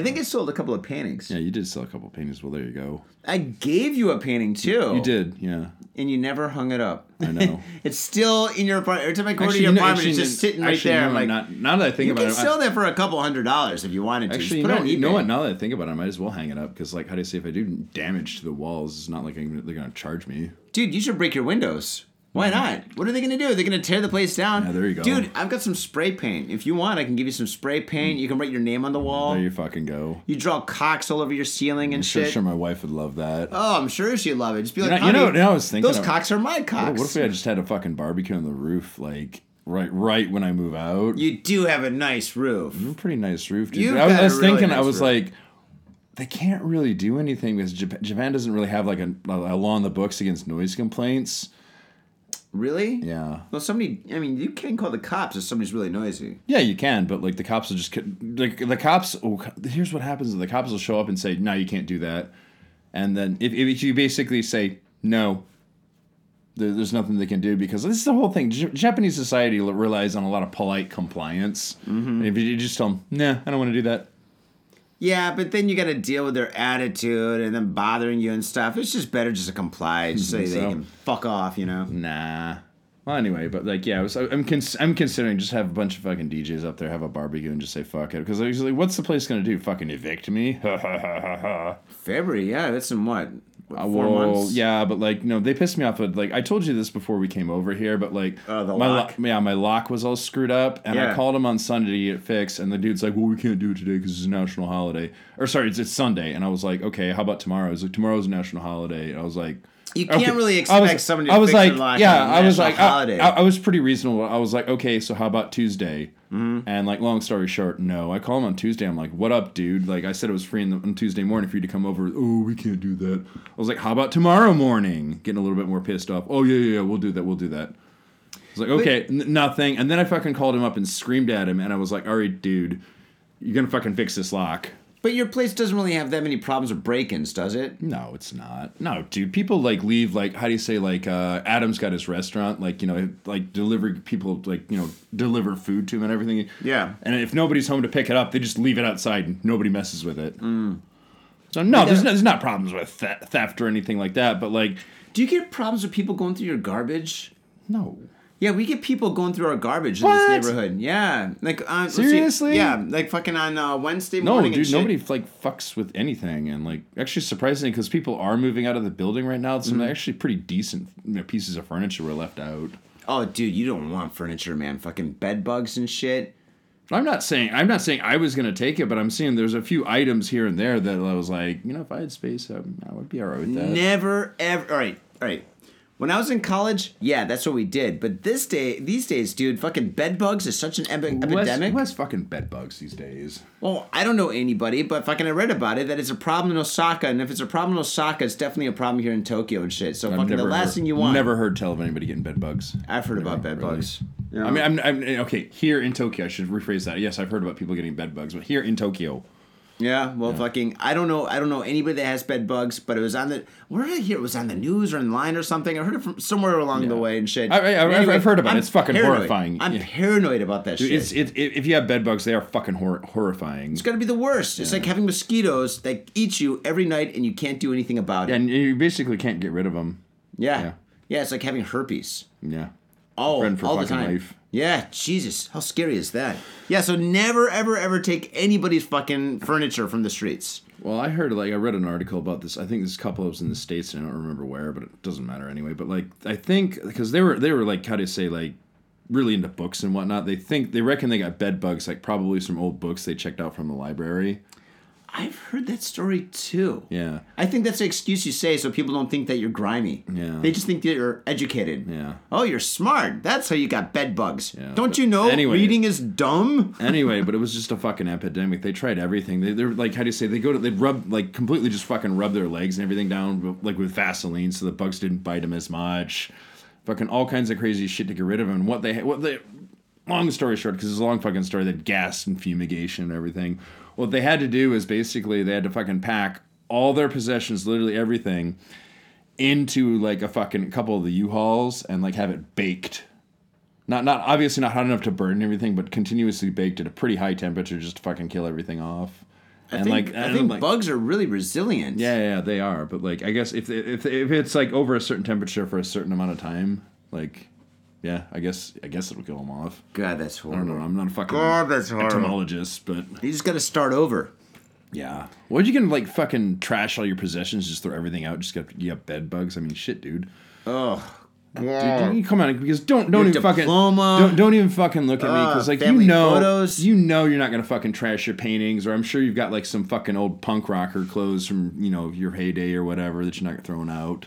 [SPEAKER 1] think I sold a couple of paintings.
[SPEAKER 2] Yeah, you did sell a couple paintings. Well, there you go.
[SPEAKER 1] I gave you a painting too.
[SPEAKER 2] You did, yeah.
[SPEAKER 1] and you never hung it up. <laughs>
[SPEAKER 2] I know.
[SPEAKER 1] it's still in your apartment. Every time I go to your
[SPEAKER 2] you know-
[SPEAKER 1] apartment,
[SPEAKER 2] actually,
[SPEAKER 1] it's just
[SPEAKER 2] you know-
[SPEAKER 1] sitting right
[SPEAKER 2] actually,
[SPEAKER 1] there.
[SPEAKER 2] you
[SPEAKER 1] I'm
[SPEAKER 2] know,
[SPEAKER 1] like,
[SPEAKER 2] not, now that I think
[SPEAKER 1] you
[SPEAKER 2] about
[SPEAKER 1] can
[SPEAKER 2] it, I-
[SPEAKER 1] sell that for a couple hundred dollars if you wanted to. Just
[SPEAKER 2] actually, you
[SPEAKER 1] put it
[SPEAKER 2] know,
[SPEAKER 1] on
[SPEAKER 2] you know
[SPEAKER 1] eBay.
[SPEAKER 2] what? Now that I think about it, I might as well hang it up because, like, how do you say if I do damage to the walls, it's not like I'm, they're gonna charge me.
[SPEAKER 1] Dude, you should break your windows. Why not? What are they going to do? They're going to tear the place down.
[SPEAKER 2] Mm-hmm. Yeah, there you go.
[SPEAKER 1] Dude, I've got some spray paint. If you want, I can give you some spray paint. You can write your name on the wall.
[SPEAKER 2] Mm. There
[SPEAKER 1] you-,
[SPEAKER 2] you fucking go.
[SPEAKER 1] draw cocks all over your ceiling and
[SPEAKER 2] Sure,
[SPEAKER 1] shit.
[SPEAKER 2] sure, my wife would love that.
[SPEAKER 1] Oh, I'm sure she'd love it. Just be like,
[SPEAKER 2] know- you know
[SPEAKER 1] "Honey,
[SPEAKER 2] what I was thinking
[SPEAKER 1] Those
[SPEAKER 2] of-
[SPEAKER 1] cocks are my cocks.
[SPEAKER 2] what if we had just had a fucking barbecue on the roof, like right, right when I move out?
[SPEAKER 1] you do have a nice roof.
[SPEAKER 2] pretty nice roof. Dude.
[SPEAKER 1] You've
[SPEAKER 2] I was,
[SPEAKER 1] got
[SPEAKER 2] I
[SPEAKER 1] a
[SPEAKER 2] was
[SPEAKER 1] really
[SPEAKER 2] thinking, I
[SPEAKER 1] nice
[SPEAKER 2] was
[SPEAKER 1] roof.
[SPEAKER 2] like, they can't really do anything because Japan, Japan doesn't really have like a, a law in the books against noise complaints.
[SPEAKER 1] Really?
[SPEAKER 2] Yeah,
[SPEAKER 1] Well, somebody, I mean, you can call the cops if somebody's really noisy.
[SPEAKER 2] yeah, you can, but like the cops will just co- like the cops. Oh, here's what happens: the cops will show up and say, "No, you can't do that," and then if, if you basically say no. there- There's nothing they can do because this is the whole thing. J- Japanese society l- relies on a lot of polite compliance. And If you just tell them, "Nah, I don't want to do that,"
[SPEAKER 1] Yeah, but then you got to deal with their attitude and then bothering you and stuff. It's just better just to comply, just so, they
[SPEAKER 2] <laughs> so. Mm.
[SPEAKER 1] can fuck off, you know?
[SPEAKER 2] Nah. Well, anyway, but like, yeah, I was, I'm cons- I'm considering just have a bunch of fucking DJs up there, have a barbecue, and just say fuck it, because like, what's the place gonna do? Fucking evict me?
[SPEAKER 1] February, yeah, that's in what? what,
[SPEAKER 2] Uh,
[SPEAKER 1] Four
[SPEAKER 2] well,
[SPEAKER 1] months?
[SPEAKER 2] Yeah, but like, no, they pissed me off. With, like, I told you this before we came over here, but like,
[SPEAKER 1] Oh, the
[SPEAKER 2] my
[SPEAKER 1] lock.
[SPEAKER 2] lo- yeah, my lock was all screwed up, and
[SPEAKER 1] Yeah.
[SPEAKER 2] I called him on Sunday to get it fixed, and the dude's like, "Well, we can't do it today because it's a national holiday." Or sorry, it's, it's Sunday, and I was like, "Okay, how about tomorrow?" He's like, "Tomorrow's a national holiday," and I was like.
[SPEAKER 1] You can't
[SPEAKER 2] okay.
[SPEAKER 1] really
[SPEAKER 2] I was-
[SPEAKER 1] expect someone to
[SPEAKER 2] I was
[SPEAKER 1] fix your
[SPEAKER 2] like,
[SPEAKER 1] lock
[SPEAKER 2] yeah.
[SPEAKER 1] on a
[SPEAKER 2] I was
[SPEAKER 1] national
[SPEAKER 2] like, uh,
[SPEAKER 1] holiday.
[SPEAKER 2] I, I, I was pretty reasonable. I was like, okay, so how about Tuesday?
[SPEAKER 1] Mm-hmm.
[SPEAKER 2] And like, long story short, no. I call him on Tuesday. I'm like, what up, dude? Like, I said it was free in the, on Tuesday morning for you to come over. Oh, we can't do that. I was like, how about tomorrow morning? Getting a little bit more pissed off. Oh yeah, yeah, yeah we'll do that. We'll do that. I was like, okay, n- nothing. And then I fucking called him up and screamed at him, and I was like, all right, dude, you're gonna fucking fix this lock.
[SPEAKER 1] But your place doesn't really have that many problems with break ins, does it?
[SPEAKER 2] No, it's not. No, dude. People like leave like how do you say like uh Adam's got his restaurant like you know like delivery people like you know deliver food to him and everything.
[SPEAKER 1] Yeah.
[SPEAKER 2] And if nobody's home to pick it up, they just leave it outside and nobody messes with it.
[SPEAKER 1] Mm.
[SPEAKER 2] So no, there's no, there's not problems with the- theft or anything like that. But like
[SPEAKER 1] Do you get problems with people going through your garbage?
[SPEAKER 2] no,
[SPEAKER 1] Yeah, we get people going through our garbage
[SPEAKER 2] What?
[SPEAKER 1] in this neighborhood. Yeah, like uh, let's see.
[SPEAKER 2] Seriously?
[SPEAKER 1] Yeah, like fucking on uh, Wednesday
[SPEAKER 2] no,
[SPEAKER 1] morning. and
[SPEAKER 2] dude.
[SPEAKER 1] shit.
[SPEAKER 2] Nobody like fucks with anything. And like actually surprisingly because people are moving out of the building right now. Some
[SPEAKER 1] Mm.
[SPEAKER 2] actually pretty decent you know, pieces of furniture were left out.
[SPEAKER 1] Oh, dude, you don't want furniture, man. Fucking bed bugs and shit.
[SPEAKER 2] I'm not saying I'm not saying I was gonna take it, but I'm seeing there's a few items here and um, there that I was like, you know, if I had space, I, I would be alright with that.
[SPEAKER 1] Never ever. All right, all right. When I was in college, yeah, that's what we did. But this day, these days, dude, fucking bed bugs is such an epi- epidemic.
[SPEAKER 2] West, West fucking bed bugs these days.
[SPEAKER 1] Well, I don't know anybody, but fucking I read about it that it's a problem in Osaka, and if it's a problem in Osaka, it's definitely a problem here in Tokyo and shit. So fucking the last
[SPEAKER 2] heard,
[SPEAKER 1] thing you want.
[SPEAKER 2] Never heard tell of anybody getting bed bugs.
[SPEAKER 1] I've heard about bed bugs. You know?
[SPEAKER 2] I mean, I'm, I'm okay here in Tokyo. I should rephrase that. Yes, I've heard about people getting bed bugs, but here in Tokyo,
[SPEAKER 1] Yeah, well, fucking, I don't know, I don't know anybody that has bed bugs, but it was on the where did I hear it was on the news or in line or something. I heard it from somewhere along the way and shit.
[SPEAKER 2] I- I- I've- I've heard about it. It's fucking
[SPEAKER 1] paranoid.
[SPEAKER 2] horrifying.
[SPEAKER 1] I'm
[SPEAKER 2] Yeah.
[SPEAKER 1] paranoid about that shit.
[SPEAKER 2] it's it, it, if you have bed bugs, they are fucking hor- horrifying.
[SPEAKER 1] It's gonna be the worst. It's like having mosquitoes that eat you every night and you can't do anything about it.
[SPEAKER 2] and you basically can't get rid of them.
[SPEAKER 1] Yeah, yeah,
[SPEAKER 2] Yeah.
[SPEAKER 1] it's like having herpes.
[SPEAKER 2] Yeah.
[SPEAKER 1] Oh,
[SPEAKER 2] friend for
[SPEAKER 1] all the
[SPEAKER 2] fucking
[SPEAKER 1] time.
[SPEAKER 2] life.
[SPEAKER 1] Yeah, Jesus, how scary is that? Yeah, so never, ever, ever take anybody's fucking furniture from the streets.
[SPEAKER 2] Well, I heard like I read an article about this. I think this couple was in the states, and I don't remember where, but it doesn't matter anyway. But like, I think because they were they were like how do you say like really into books and whatnot. They think they reckon they got bed bugs, like probably some old books they checked out from the library.
[SPEAKER 1] I've heard that story too.
[SPEAKER 2] Yeah,
[SPEAKER 1] I think that's an excuse you say so people don't think that you're grimy.
[SPEAKER 2] Yeah.
[SPEAKER 1] They just think that you're educated.
[SPEAKER 2] Yeah.
[SPEAKER 1] Oh, you're smart. That's how you got bed bugs.
[SPEAKER 2] Yeah,
[SPEAKER 1] don't
[SPEAKER 2] but
[SPEAKER 1] you know
[SPEAKER 2] anyway-
[SPEAKER 1] reading is dumb?
[SPEAKER 2] anyway, but it was just a fucking epidemic. They tried everything. They, they're like, how do you say? They go to they'd rub like completely just fucking rub their legs and everything down like with Vaseline, so the bugs didn't bite them as much. Fucking all kinds of crazy shit to get rid of them. What they what they long story short, because it's a long fucking story. They had gas and fumigation and everything. What they had to do is basically they had to fucking pack all their possessions, literally everything, into like a fucking couple of the U-Hauls and like have it baked not not obviously not hot enough to burn everything, but continuously baked at a pretty high temperature just to fucking kill everything off.
[SPEAKER 1] I
[SPEAKER 2] and
[SPEAKER 1] think,
[SPEAKER 2] like
[SPEAKER 1] I
[SPEAKER 2] and
[SPEAKER 1] think
[SPEAKER 2] like-
[SPEAKER 1] bugs are really resilient.
[SPEAKER 2] yeah, yeah, they are. But like, I guess if if if it's like over a certain temperature for a certain amount of time, like, yeah, I guess I guess it'll kill them off.
[SPEAKER 1] God, that's
[SPEAKER 2] I don't
[SPEAKER 1] horrible.
[SPEAKER 2] know. I'm not a fucking
[SPEAKER 1] God, Oh, that's horrible.
[SPEAKER 2] entomologist, but
[SPEAKER 1] You just got to start over.
[SPEAKER 2] yeah. What you gonna like fucking trash all your possessions, just throw everything out, just get you got bed bugs. I mean, shit, dude. Dude, you come on, because don't
[SPEAKER 1] Oh.
[SPEAKER 2] don't
[SPEAKER 1] Your
[SPEAKER 2] even fucking
[SPEAKER 1] diploma.
[SPEAKER 2] don't, don't even fucking look at me because
[SPEAKER 1] Ah,
[SPEAKER 2] like you
[SPEAKER 1] family
[SPEAKER 2] know
[SPEAKER 1] photos.
[SPEAKER 2] you know you're not gonna fucking trash your paintings or I'm sure you've got like some fucking old punk rocker clothes from you know your heyday or whatever that you're not throwing out.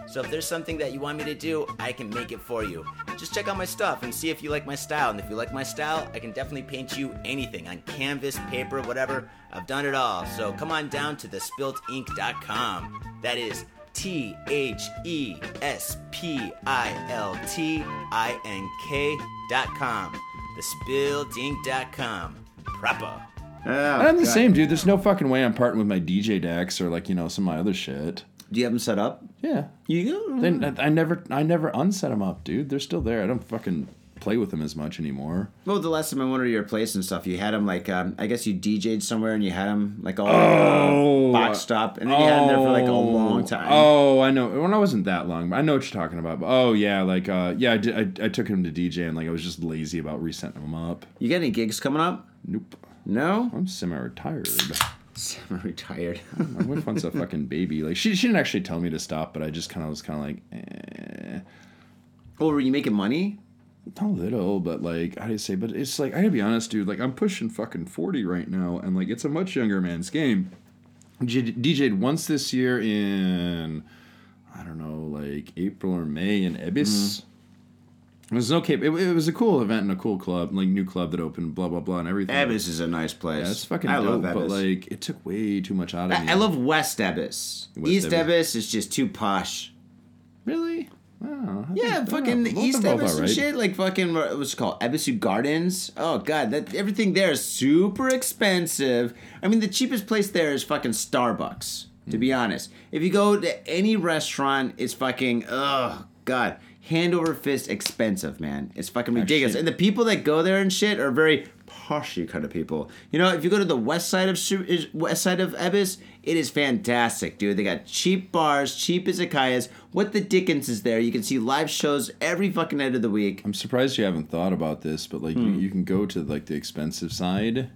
[SPEAKER 3] So if there's something that you want me to do, I can make it for you. Just check out my stuff and see if you like my style. And if you like my style, I can definitely paint you anything on canvas, paper, whatever. I've done it all. So come on down to thespiltink.com. That is T H E S P I L T I N K.com. Thespiltink.com. Proper.
[SPEAKER 1] Oh,
[SPEAKER 2] And I'm the
[SPEAKER 1] God.
[SPEAKER 2] same, dude. There's no fucking way I'm parting with my DJ decks or like you know some of my other shit.
[SPEAKER 1] Do you have them set up?
[SPEAKER 2] Yeah,
[SPEAKER 1] You
[SPEAKER 2] They- I, I never I never unset them up, dude. They're still there. I don't fucking play with them as much anymore.
[SPEAKER 1] Well, the last time I went to your place and stuff, you had them like um, I guess you DJ'd somewhere and you had them like all uh,
[SPEAKER 2] Oh.
[SPEAKER 1] boxed up, and then you had them there for like a long time.
[SPEAKER 2] Oh, I know. Well, I wasn't that long, but I know what you're talking about. But, oh yeah, like uh, yeah, I, did, I, I took him to DJ and like I was just lazy about resetting him up.
[SPEAKER 1] You got any gigs coming up?
[SPEAKER 2] Nope,
[SPEAKER 1] No, <laughs>
[SPEAKER 2] I'm semi-retired.
[SPEAKER 1] I'm retired. <laughs>
[SPEAKER 2] My wife wants a fucking baby. Like she, she didn't actually tell me to stop, but I just kind of was kind of like, eh.
[SPEAKER 1] oh, were you making money?
[SPEAKER 2] a little, but like I say, but it's like I gotta be honest, dude. Like I'm pushing fucking forty right now, and like it's a much younger man's game. J- DJ'd once this year in I don't know, like April or May in Ibis.
[SPEAKER 1] Mm-hmm.
[SPEAKER 2] It was an okay. It, it was a cool event and a cool club, like new club that opened, blah blah blah, and everything.
[SPEAKER 1] Abbas is a nice place.
[SPEAKER 2] yeah, it's fucking
[SPEAKER 1] I
[SPEAKER 2] dope,
[SPEAKER 1] love Abbas.
[SPEAKER 2] but like it took way too much out of me.
[SPEAKER 1] I, I love West Abbas.
[SPEAKER 2] West
[SPEAKER 1] East
[SPEAKER 2] Abbas.
[SPEAKER 1] Abbas is just too posh.
[SPEAKER 2] really. Wow, I
[SPEAKER 1] Yeah,
[SPEAKER 2] think-
[SPEAKER 1] fucking
[SPEAKER 2] both
[SPEAKER 1] East
[SPEAKER 2] are both
[SPEAKER 1] Abbas and
[SPEAKER 2] alright.
[SPEAKER 1] shit. Like fucking what- what's it called Abbasu Gardens. Oh god, that everything there is super expensive. I mean, the cheapest place there is fucking
[SPEAKER 2] Hmm.
[SPEAKER 1] Starbucks. To be honest, if you go to any restaurant, it's fucking oh god. hand over fist expensive, man. It's fucking ridiculous. And the people that go there and shit are very poshy kind of people. You know, if you go to the west side of Su- is- west side of Ebis, it is fantastic, dude. They got cheap bars, cheap izakayas. What the dickens is there? You can see live shows every fucking night of the week.
[SPEAKER 2] I'm surprised you haven't thought about this, but like
[SPEAKER 1] Hmm.
[SPEAKER 2] you, you can go to like the expensive side,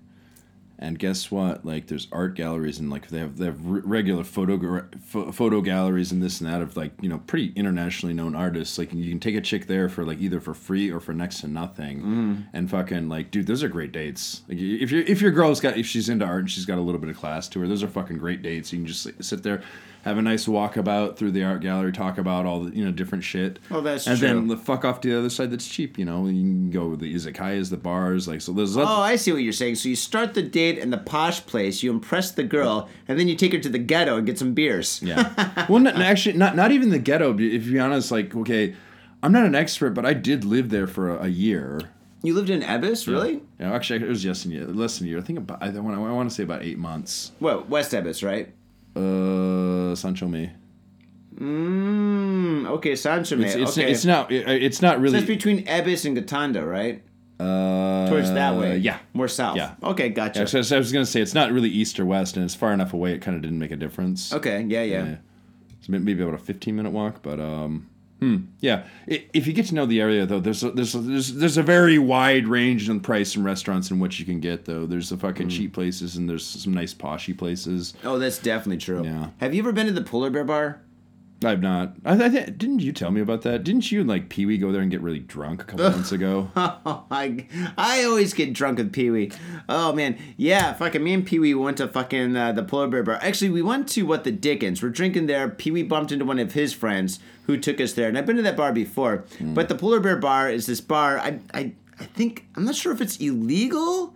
[SPEAKER 2] and guess what? Like there's art galleries and like they have they have re- regular photo gar- pho- photo galleries and this and that of like you know pretty internationally known artists. Like you can take a chick there for like either for free or for next to nothing,
[SPEAKER 1] Mm.
[SPEAKER 2] and fucking like dude, those are great dates. Like y- if your if your girl's got if she's into art and she's got a little bit of class to her, those are fucking great dates. You can just like, sit there. Have a nice walk about through the art gallery, talk about all the you know different shit.
[SPEAKER 1] Oh, that's
[SPEAKER 2] and
[SPEAKER 1] true.
[SPEAKER 2] then the fuck off to the other side that's cheap, you know. You can go with the izakayas, the bars, like so there's lots
[SPEAKER 1] Oh, I see what you're saying. So you start the date in the posh place, you impress the girl, and then you take her to the ghetto and get some beers.
[SPEAKER 2] Yeah. well,
[SPEAKER 1] <laughs>
[SPEAKER 2] not, actually not not even the ghetto, but if you're honest, like okay, I'm not an expert, but I did live there for a, a year.
[SPEAKER 1] You lived in Ebis, really?
[SPEAKER 2] You know, actually it was just a year, less than a year. I think about I, want I want to say about 8 months.
[SPEAKER 1] Well, West Ebis, right?
[SPEAKER 2] Uh Sancho me.
[SPEAKER 1] Mm, okay, Sanchome.
[SPEAKER 2] It's, it's,
[SPEAKER 1] okay.
[SPEAKER 2] it's not it- uh, it's not really
[SPEAKER 1] That's between Ebis and Gatanda, right?
[SPEAKER 2] uh,
[SPEAKER 1] Towards that way.
[SPEAKER 2] Yeah.
[SPEAKER 1] More south.
[SPEAKER 2] Yeah.
[SPEAKER 1] Okay, gotcha.
[SPEAKER 2] Yeah, so, so I was gonna say it's not really east or west, and it's far enough away. It kind of didn't make a difference.
[SPEAKER 1] okay, yeah, yeah.
[SPEAKER 2] Yeah. It's may- maybe about a 15 minute walk, but um, hmm, yeah. I- If you get to know the area though, there's a, there's a, there's there's a very wide range in price and restaurants and what you can get though. There's the fucking
[SPEAKER 1] Hmm.
[SPEAKER 2] cheap places and there's some nice poshy places.
[SPEAKER 1] Oh, that's definitely true.
[SPEAKER 2] Yeah.
[SPEAKER 1] Have you ever been to the Polar Bear Bar? <laughs>
[SPEAKER 2] I've not. I, I th- didn't you tell me about that? Didn't you and like Pee Wee go there and get really drunk a couple
[SPEAKER 1] <laughs>
[SPEAKER 2] months ago?
[SPEAKER 1] Oh, I, I always get drunk with Pee Wee. Oh, man. Yeah, fucking me and Pee Wee went to fucking uh, the Polar Bear Bar. Actually, we went to what the Dickens. We're drinking there. Pee Wee bumped into one of his friends who took us there. And I've been to that bar before.
[SPEAKER 2] Mm.
[SPEAKER 1] But the Polar Bear Bar is this bar. I, I, I think, I'm not sure if it's illegal.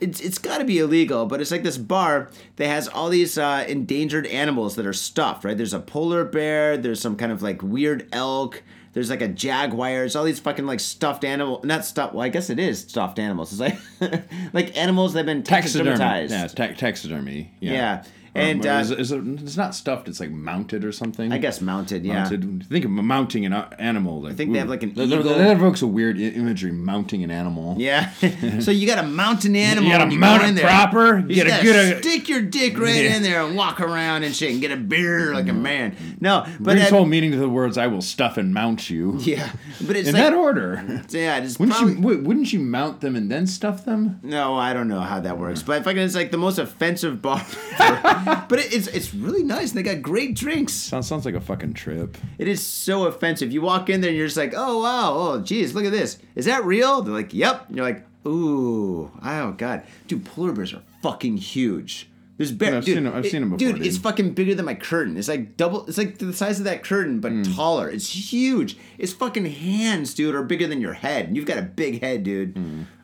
[SPEAKER 1] It's, it's got to be illegal, but it's like this bar that has all these uh, endangered animals that are stuffed, right? There's a polar bear, there's some kind of like weird elk, there's like a jaguar. It's all these fucking like stuffed animal, not stuffed. Well, I guess it is stuffed animals. It's like <laughs> like animals that've been
[SPEAKER 2] Taxidermy.
[SPEAKER 1] taxidermatized.
[SPEAKER 2] Yeah, ta- taxidermy. Yeah.
[SPEAKER 1] Yeah.
[SPEAKER 2] Or-
[SPEAKER 1] And,
[SPEAKER 2] or
[SPEAKER 1] uh,
[SPEAKER 2] is it- is it- it's not stuffed. It's like mounted or something.
[SPEAKER 1] I guess mounted. Yeah.
[SPEAKER 2] mounted. Think of mounting an a- animal. Like, I
[SPEAKER 1] think they have, like, an
[SPEAKER 2] That, that-
[SPEAKER 1] eagle.
[SPEAKER 2] that evokes a weird i- imagery. Mounting an animal. <laughs>
[SPEAKER 1] Yeah. so you got a mountain animal.
[SPEAKER 2] gotta
[SPEAKER 1] and go
[SPEAKER 2] mount it
[SPEAKER 1] in there.
[SPEAKER 2] proper,
[SPEAKER 1] You
[SPEAKER 2] get a
[SPEAKER 1] gotta
[SPEAKER 2] good- uh,
[SPEAKER 1] stick your dick right in there and walk around and shit and get a beer like a
[SPEAKER 2] Mm-hmm.
[SPEAKER 1] man. No, but
[SPEAKER 2] Brings
[SPEAKER 1] that,
[SPEAKER 2] whole meaning to the words "I will stuff and mount you."
[SPEAKER 1] yeah, but it's
[SPEAKER 2] in
[SPEAKER 1] like
[SPEAKER 2] that order.
[SPEAKER 1] yeah, <laughs> it's
[SPEAKER 2] <laughs> Wouldn't
[SPEAKER 1] probably-
[SPEAKER 2] you? wou- Wouldn't you mount them and then stuff them?
[SPEAKER 1] No, I don't know how that works, but fucking, it's like the most offensive bar. <laughs> ever. but it, it's it's really nice, and they got great drinks.
[SPEAKER 2] Sounds sounds like a fucking trip.
[SPEAKER 1] It is so offensive. You walk in there, and you're just like, oh wow, oh geez, look at this. Is that real? They're like, yep. And you're like, ooh, oh god, dude, polar bears are fucking huge. There's bear,
[SPEAKER 2] Yeah, I've
[SPEAKER 1] dude,
[SPEAKER 2] seen 'em- I've
[SPEAKER 1] it-
[SPEAKER 2] seen 'em before,
[SPEAKER 1] Dude,
[SPEAKER 2] dude.
[SPEAKER 1] it's fucking bigger than my curtain. It's like double. It's like the size of that curtain, but
[SPEAKER 2] Mm.
[SPEAKER 1] taller. It's huge. Its fucking hands, dude, are bigger than your head. You've got a big head, dude.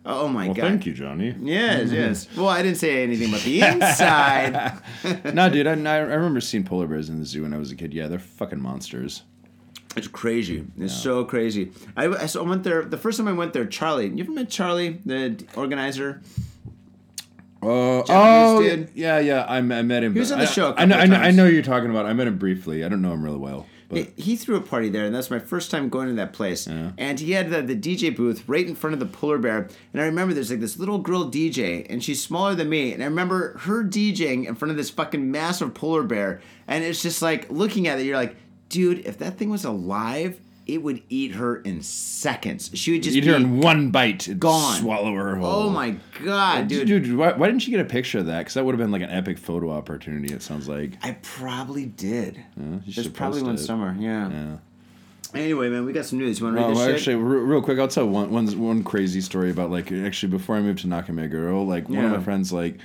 [SPEAKER 1] Oh my
[SPEAKER 2] Mm. Well,
[SPEAKER 1] god.
[SPEAKER 2] thank you,
[SPEAKER 1] <laughs>
[SPEAKER 2] Mm-hmm. Johnny.
[SPEAKER 1] Yes, yes. Well, I didn't say anything about
[SPEAKER 2] <laughs>
[SPEAKER 1] the inside.
[SPEAKER 2] no, dude, I, I remember seeing polar bears in the zoo when I was a kid. Yeah, they're fucking monsters.
[SPEAKER 1] it's crazy. It's so crazy. I, I, so I went there the first time I went there. Charlie, you ever met Charlie, the d- organizer?
[SPEAKER 2] Uh,
[SPEAKER 1] Japanese
[SPEAKER 2] oh,
[SPEAKER 1] dude.
[SPEAKER 2] yeah, yeah. I, met- I met him. He
[SPEAKER 1] was on the show a
[SPEAKER 2] I, know,
[SPEAKER 1] couple
[SPEAKER 2] I know. I
[SPEAKER 1] times.
[SPEAKER 2] know who you're talking about. I met him briefly. I don't know him really well. But
[SPEAKER 1] He- He threw a party there, and that's my first time going to that place. And he had the, the DJ booth right in front of the Polar Bear. And I remember there's like this little girl DJ, and she's smaller than me. And I remember her DJing in front of this fucking massive Polar Bear. And it's just like looking at it, you're like, dude, if that thing was alive, it would eat her in seconds. She would just
[SPEAKER 2] eat
[SPEAKER 1] be
[SPEAKER 2] her in one bite. and
[SPEAKER 1] Gone.
[SPEAKER 2] Swallow her whole.
[SPEAKER 1] Oh my god,
[SPEAKER 2] Dude,
[SPEAKER 1] dude.
[SPEAKER 2] dude, why, why didn't you get a picture of that? Because that would have been like an epic photo opportunity. It sounds like.
[SPEAKER 1] I probably did.
[SPEAKER 2] you
[SPEAKER 1] There's
[SPEAKER 2] should
[SPEAKER 1] probably
[SPEAKER 2] post
[SPEAKER 1] one
[SPEAKER 2] it.
[SPEAKER 1] somewhere. Yeah.
[SPEAKER 2] Yeah.
[SPEAKER 1] Anyway, man, we got some news. You want to read
[SPEAKER 2] Oh,
[SPEAKER 1] this
[SPEAKER 2] well,
[SPEAKER 1] shit?
[SPEAKER 2] actually, re- real quick, I'll tell one, one, one crazy story about like actually before I moved to Nakameguro, like one of
[SPEAKER 1] Yeah.
[SPEAKER 2] my friends, like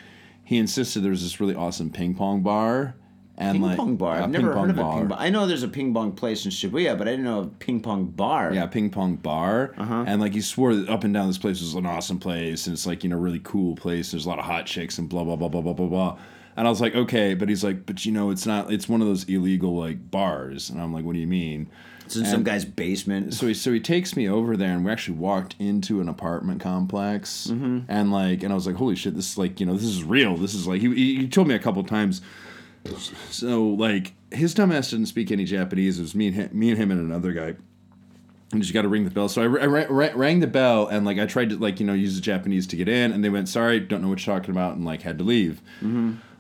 [SPEAKER 2] he insisted there was this really awesome ping pong bar and
[SPEAKER 1] ping
[SPEAKER 2] like
[SPEAKER 1] pong bar.
[SPEAKER 2] yeah,
[SPEAKER 1] I've
[SPEAKER 2] ping
[SPEAKER 1] never
[SPEAKER 2] pong
[SPEAKER 1] heard of a ping pong. I know there's a ping pong place in Shibuya, but I didn't know a ping pong bar.
[SPEAKER 2] Yeah, ping pong bar,
[SPEAKER 1] Uh-huh.
[SPEAKER 2] and like he swore that up and down this place was an awesome place, and it's like you know really cool place. There's a lot of hot chicks and blah blah blah blah blah blah blah. And I was like, okay, but he's like, but you know, it's not. It's one of those illegal like bars, and I'm like, what do you mean?
[SPEAKER 1] It's in some guy's basement.
[SPEAKER 2] so he so he takes me over there and we actually walked into an apartment complex and like and I was like holy shit this is like you know this is real this is like he he he told me a couple times so like his dumbass didn't speak any Japanese it was me and him, me and him and another guy and just got to ring the bell. So I, ra- ra- ra- rang the bell and like I tried to like you know use the Japanese to get in, and they went sorry, don't know what you're talking about, and like had to leave.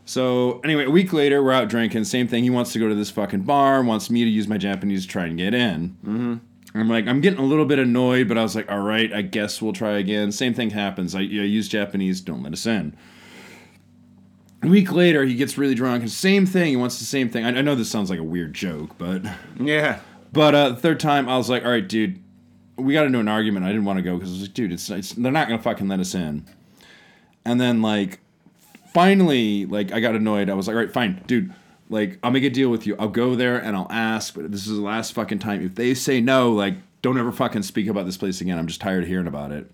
[SPEAKER 2] So anyway, a week later, we're out drinking. Same thing. He wants to go to this fucking bar, wants me to use my Japanese to try and get in. I'm like, I'm getting a little bit annoyed, but I was like, all right, I guess we'll try again. Same thing happens. I, I use Japanese, don't let us in. A week later, he gets really drunk. and Same thing. He wants the same thing. I, I know this sounds like a weird joke, but
[SPEAKER 1] Yeah.
[SPEAKER 2] but uh, the third time, I was like, all right, dude, we got into an argument. I didn't want to go because I was like, dude, it's, it's they're not gonna fucking let us in. And then like, finally, like I got annoyed. I was like, all right, fine, dude. Like I'll make a deal with you. I'll go there and I'll ask. But this is the last fucking time. If they say no, like don't ever fucking speak about this place again. I'm just tired of hearing about it.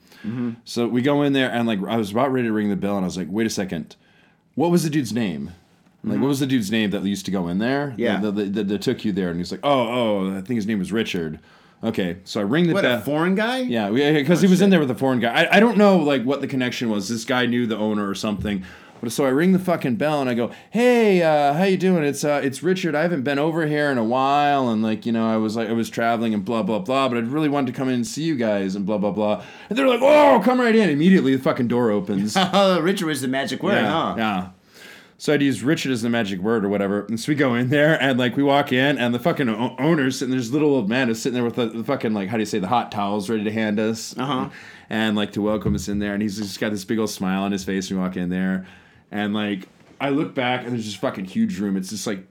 [SPEAKER 2] So we go in there and like I was about ready to ring the bell and I was like, wait a second, what was the dude's name? Like what was the dude's name that used to go in there?
[SPEAKER 1] Yeah.
[SPEAKER 2] that, that, that, that took you there. And he's like, oh, oh, I think his name was Richard. Okay, so I ring the
[SPEAKER 1] What
[SPEAKER 2] bell.
[SPEAKER 1] a foreign Oh, guy?
[SPEAKER 2] Yeah, because he was in there with a foreign guy. I, I don't know like what the connection was. This guy knew the owner or something. But so I ring the fucking bell and I go, "Hey, uh, how you doing? It's uh, it's Richard. I haven't been over here in a while, and like you know, I was like I was traveling and blah blah blah. But I really wanted to come in and see you guys and blah blah blah. And they're like, "Oh, come right in!" Immediately, the fucking
[SPEAKER 1] <laughs>
[SPEAKER 2] door
[SPEAKER 1] <laughs>
[SPEAKER 2] opens.
[SPEAKER 1] Oh, Richard was the magic word,
[SPEAKER 2] Yeah.
[SPEAKER 1] huh?
[SPEAKER 2] yeah. So I'd use Richard as the magic word or whatever. And so we go in there and like we walk in and the fucking o- owner's sitting there's little old man is sitting there with the, the fucking like how do you say the hot towels ready to hand us.
[SPEAKER 1] Uh-huh.
[SPEAKER 2] And like to welcome us in there and he's just got this big old smile on his face when we walk in there. And like I look back and there's this fucking huge room. It's just like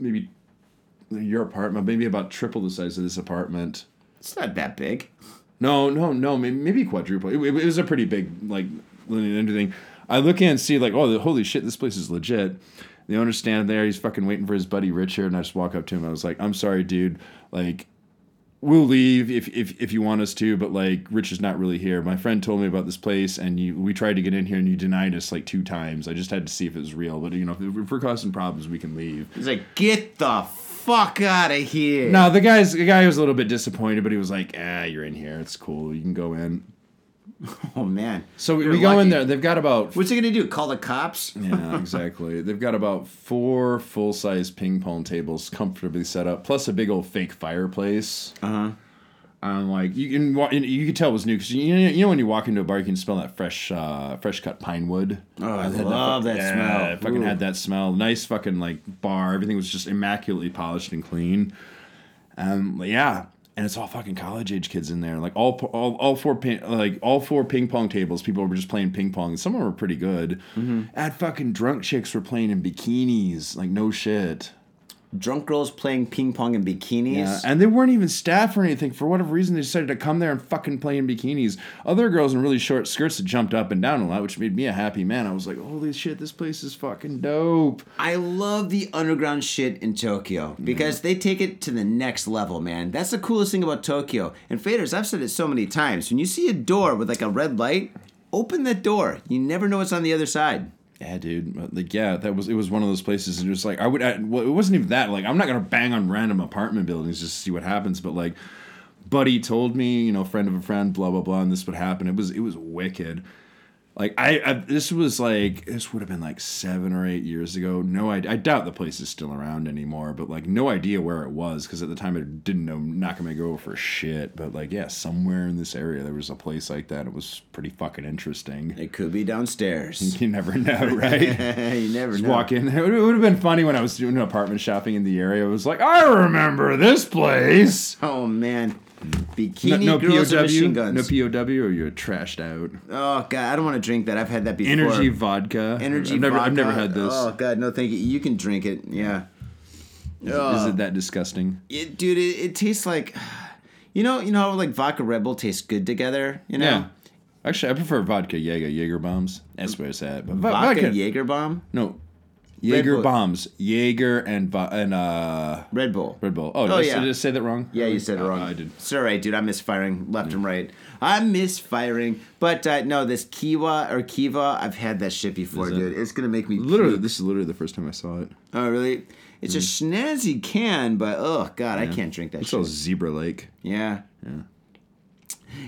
[SPEAKER 2] maybe your apartment, maybe about triple the size of this apartment.
[SPEAKER 1] It's not that big.
[SPEAKER 2] No, no, no. may- Maybe quadruple. It, it was a pretty big like linear and everything. I look in and see like, oh, the, holy shit, this place is legit. The owner's standing there. He's fucking waiting for his buddy Richard, and I just walk up to him. I was like, I'm sorry, dude. Like, we'll leave if if if you want us to, but like, Richard's not really here. My friend told me about this place, and you we tried to get in here, and you denied us like two times. I just had to see if it was real. But you know, if, if we're causing problems, we can leave.
[SPEAKER 1] He's like, get the fuck out of here.
[SPEAKER 2] No, the guy's the guy was a little bit disappointed, but he was like, ah, you're in here. It's cool. You can go in.
[SPEAKER 1] Oh, man.
[SPEAKER 2] So we,
[SPEAKER 1] You're
[SPEAKER 2] we go
[SPEAKER 1] lucky.
[SPEAKER 2] in there. They've got about
[SPEAKER 1] What's he going to do? Call the cops?
[SPEAKER 2] <laughs> yeah, exactly. They've got about four full size ping pong tables comfortably set up, plus a big old fake fireplace. Uh huh. Um, like you can wa- and you can tell it was new because you, you know when you walk into a bar you can smell that fresh uh, fresh cut pine wood.
[SPEAKER 1] Oh, I
[SPEAKER 2] Had
[SPEAKER 1] love
[SPEAKER 2] fu-
[SPEAKER 1] that
[SPEAKER 2] yeah,
[SPEAKER 1] smell.
[SPEAKER 2] I fucking
[SPEAKER 1] Ooh.
[SPEAKER 2] had that smell. Nice fucking like bar. Everything was just immaculately polished and clean. Um, yeah, and it's all fucking college age kids in there. Like all all, all four pin, like all four ping pong tables, people were just playing ping pong. and Some of them were pretty good.
[SPEAKER 1] Mm-hmm.
[SPEAKER 2] And fucking drunk chicks were playing in bikinis. Like no shit.
[SPEAKER 1] Drunk girls playing ping pong in bikinis?
[SPEAKER 2] Yeah, and they weren't even staff or anything. For whatever reason, they decided to come there and fucking play in bikinis. Other girls in really short skirts had jumped up and down a lot, which made me a happy man. I was like, holy shit, this place is fucking dope.
[SPEAKER 1] I love the underground shit in Tokyo because
[SPEAKER 2] Mm-hmm.
[SPEAKER 1] they take it to the next level, man. That's the coolest thing about Tokyo. And faders, I've said it so many times. When you see a door with like a red light, open that door. You never know what's on the other side.
[SPEAKER 2] Yeah, dude. But, Like, yeah, that was it. Was one of those places, and just like I would, I, well, it wasn't even that. Like, I'm not gonna bang on random apartment buildings just to see what happens. But like, buddy told me, you know, friend of a friend, blah blah blah, and this would happen. It was it was wicked. Like I, I this was like this would have been like seven or eight years ago. No, I, I doubt the place is still around anymore. But like, no idea where it was because at the time I didn't know Nakame Grove for shit. But like, yeah, somewhere in this area there was a place like that. It was pretty fucking interesting.
[SPEAKER 1] It could be downstairs.
[SPEAKER 2] You never know,
[SPEAKER 1] <laughs>
[SPEAKER 2] right?
[SPEAKER 1] you never
[SPEAKER 2] Just
[SPEAKER 1] know.
[SPEAKER 2] walk in. It would have been funny when I was doing apartment shopping in the area. I was like, I remember this place.
[SPEAKER 1] Oh man,
[SPEAKER 2] No,
[SPEAKER 1] bikini
[SPEAKER 2] Mm. no
[SPEAKER 1] girls
[SPEAKER 2] POW.
[SPEAKER 1] and machine
[SPEAKER 2] No
[SPEAKER 1] guns.
[SPEAKER 2] POW, or you're trashed out.
[SPEAKER 1] oh god, I don't want to drink that. I've had that before.
[SPEAKER 2] Energy vodka.
[SPEAKER 1] energy.
[SPEAKER 2] I've never,
[SPEAKER 1] vodka.
[SPEAKER 2] I've never had this.
[SPEAKER 1] Oh god, no, thank you. You can drink it. Yeah. Oh,
[SPEAKER 2] Is it that disgusting?
[SPEAKER 1] it, dude, it, it tastes like, you know, you know how like vodka Red Bull tastes good together. You know,
[SPEAKER 2] Yeah. Actually, I prefer vodka Jaeger. Jaeger bombs. That's where it's at. But vo-
[SPEAKER 1] vodka, Jaeger bomb,
[SPEAKER 2] No.
[SPEAKER 1] Red
[SPEAKER 2] Jaeger
[SPEAKER 1] Bull.
[SPEAKER 2] bombs. Jaeger and vo- and uh
[SPEAKER 1] Red Bull.
[SPEAKER 2] Red Bull. Oh,
[SPEAKER 1] Oh,
[SPEAKER 2] did, I,
[SPEAKER 1] yeah.
[SPEAKER 2] did I say that wrong?
[SPEAKER 1] Yeah, you said it
[SPEAKER 2] Uh,
[SPEAKER 1] wrong.
[SPEAKER 2] I did.
[SPEAKER 1] It's all right, dude. I'm misfiring left and right. I'm misfiring. But uh, no, this Kiwa or Kiva, I've had that shit before,
[SPEAKER 2] Is it?
[SPEAKER 1] dude. It's gonna make me
[SPEAKER 2] Literally,
[SPEAKER 1] puke.
[SPEAKER 2] this is literally the first time I saw it.
[SPEAKER 1] Oh, really? It's a schnazzy can, but oh god, I can't drink that.
[SPEAKER 2] It's all
[SPEAKER 1] Shit.
[SPEAKER 2] Zebra Lake.
[SPEAKER 1] Yeah. Yeah.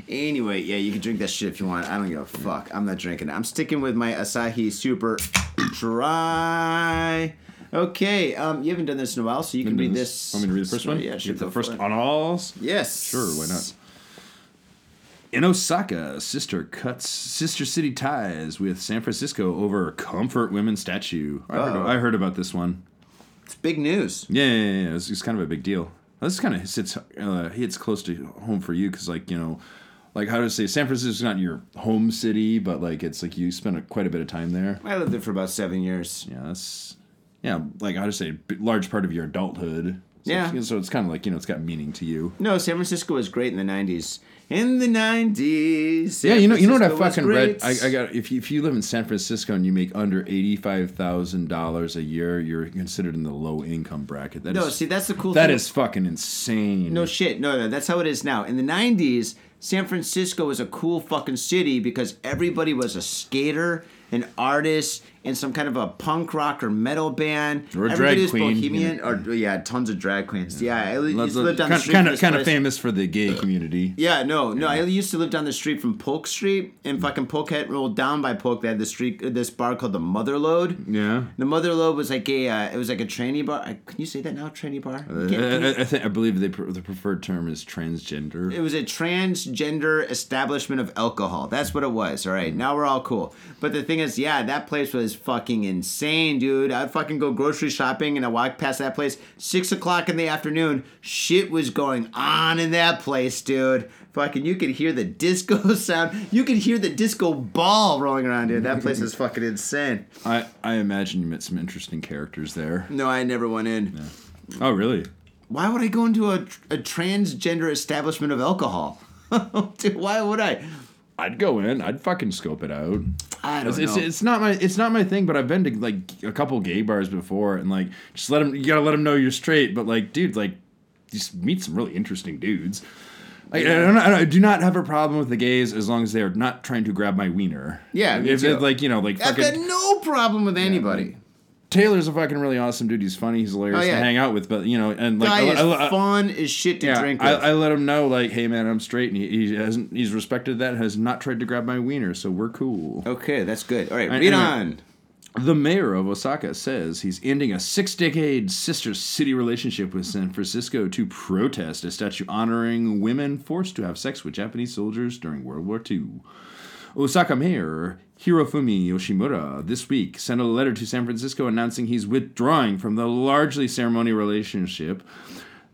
[SPEAKER 1] Anyway, yeah, you can drink that shit if you want. I don't give a fuck. I'm not drinking it. I'm sticking with my Asahi Super <coughs> Dry. Okay, um, you haven't done this in a while, so you can
[SPEAKER 2] Wanna do
[SPEAKER 1] read this.
[SPEAKER 2] Want me to read the first one?
[SPEAKER 1] story. Yeah,
[SPEAKER 2] You
[SPEAKER 1] sure.
[SPEAKER 2] get the
[SPEAKER 1] go
[SPEAKER 2] first
[SPEAKER 1] for it.
[SPEAKER 2] on alls.
[SPEAKER 1] Yes.
[SPEAKER 2] Sure, why not? In Osaka, sister cuts sister city ties with San Francisco over comfort women statue. I
[SPEAKER 1] Oh.
[SPEAKER 2] heard, I heard about this one.
[SPEAKER 1] It's big news.
[SPEAKER 2] Yeah, yeah, yeah, yeah. It's, it's kind of a big deal. This kind of sits uh, hits close to home for you because, like, you know, like how to say San Francisco's not your home city, but like it's like you spend a, quite a bit of time there.
[SPEAKER 1] I lived there for about seven years.
[SPEAKER 2] Yeah, that's yeah, like how to say b- large part of your adulthood. So
[SPEAKER 1] Yeah.
[SPEAKER 2] it's- so it's kind of like you know it's got meaning to you.
[SPEAKER 1] No, San Francisco was great in the '90s. In the '90s. San
[SPEAKER 2] yeah, you know, you know what I
[SPEAKER 1] Francisco was
[SPEAKER 2] fucking read. I,
[SPEAKER 1] great.
[SPEAKER 2] I got if you, if you live in San Francisco and you make under eighty five thousand dollars a year, you're considered in the low income bracket. That is
[SPEAKER 1] no, see, that's the cool.
[SPEAKER 2] that
[SPEAKER 1] thing.
[SPEAKER 2] is fucking insane.
[SPEAKER 1] No shit. No, no, that's how it is now. In the 90s, San Francisco was a cool fucking city because everybody was a skater, an artist, and some kind of a punk rock or metal band.
[SPEAKER 2] Or a
[SPEAKER 1] everybody
[SPEAKER 2] drag
[SPEAKER 1] was
[SPEAKER 2] queen,
[SPEAKER 1] bohemian.
[SPEAKER 2] you
[SPEAKER 1] Or, yeah, tons of drag queens. Yeah, I li- used to live down the street.
[SPEAKER 2] kind
[SPEAKER 1] from
[SPEAKER 2] of
[SPEAKER 1] this
[SPEAKER 2] kind of
[SPEAKER 1] place.
[SPEAKER 2] famous for the gay community.
[SPEAKER 1] Yeah, no, no. I used to live down the street from Polk Street, and fucking Polkhead rolled down by Polk. They had the street, uh, this bar called the Mother Lode.
[SPEAKER 2] Yeah.
[SPEAKER 1] The Mother Lode was like a, uh, it was like a tranny bar. I- Can you say that now, tranny bar? You can't-
[SPEAKER 2] I,
[SPEAKER 1] can you-
[SPEAKER 2] I- I think I believe they pre- the preferred term is transgender.
[SPEAKER 1] it was a transgender establishment of alcohol. That's what it was. All right, now we're all cool. But the thing is, yeah, that place was fucking insane, dude. I'd fucking go grocery shopping and I walk past that place six o'clock in the afternoon. Shit was going on in that place, dude. Fucking, you could hear the disco <laughs> sound. You could hear the disco ball rolling around, dude. That place is fucking insane.
[SPEAKER 2] I I imagine you met some interesting characters there.
[SPEAKER 1] No, I never went in.
[SPEAKER 2] Oh really?
[SPEAKER 1] why would I go into a, a transgender establishment of alcohol? <laughs> Dude, why would I?
[SPEAKER 2] I'd go in. I'd fucking scope it out.
[SPEAKER 1] I don't
[SPEAKER 2] It's, it's,
[SPEAKER 1] know.
[SPEAKER 2] it's not my it's not my thing, but I've been to like a couple gay bars before, and like just let them you gotta let them know you're straight. But like, dude, like just meet some really interesting dudes. Like, I, don't, I, don't, I do not have a problem with the gays as long as they are not trying to grab my wiener.
[SPEAKER 1] Yeah, me
[SPEAKER 2] if
[SPEAKER 1] too.
[SPEAKER 2] it, like you know, like
[SPEAKER 1] I've got
[SPEAKER 2] fucking
[SPEAKER 1] no problem with anybody.
[SPEAKER 2] Taylor's a fucking really awesome dude. He's funny. He's hilarious
[SPEAKER 1] Oh, yeah.
[SPEAKER 2] to hang out with. But you know, and like
[SPEAKER 1] Guy
[SPEAKER 2] I-
[SPEAKER 1] is
[SPEAKER 2] I- I-
[SPEAKER 1] fun as shit to
[SPEAKER 2] yeah,
[SPEAKER 1] drink
[SPEAKER 2] I,
[SPEAKER 1] with.
[SPEAKER 2] I let him know like, hey man, I'm straight, and he, he hasn't. He's respected that. Has not tried to grab my wiener, so we're cool.
[SPEAKER 1] okay, that's good. All right,
[SPEAKER 2] right,
[SPEAKER 1] read
[SPEAKER 2] anyway.
[SPEAKER 1] on. <laughs>
[SPEAKER 2] The mayor of Osaka says he's ending a six decade sister city relationship with San Francisco to protest a statue honoring women forced to have sex with Japanese soldiers during World War II. Osaka Mayor Hirofumi Yoshimura this week sent a letter to San Francisco announcing he's withdrawing from the largely ceremonial relationship.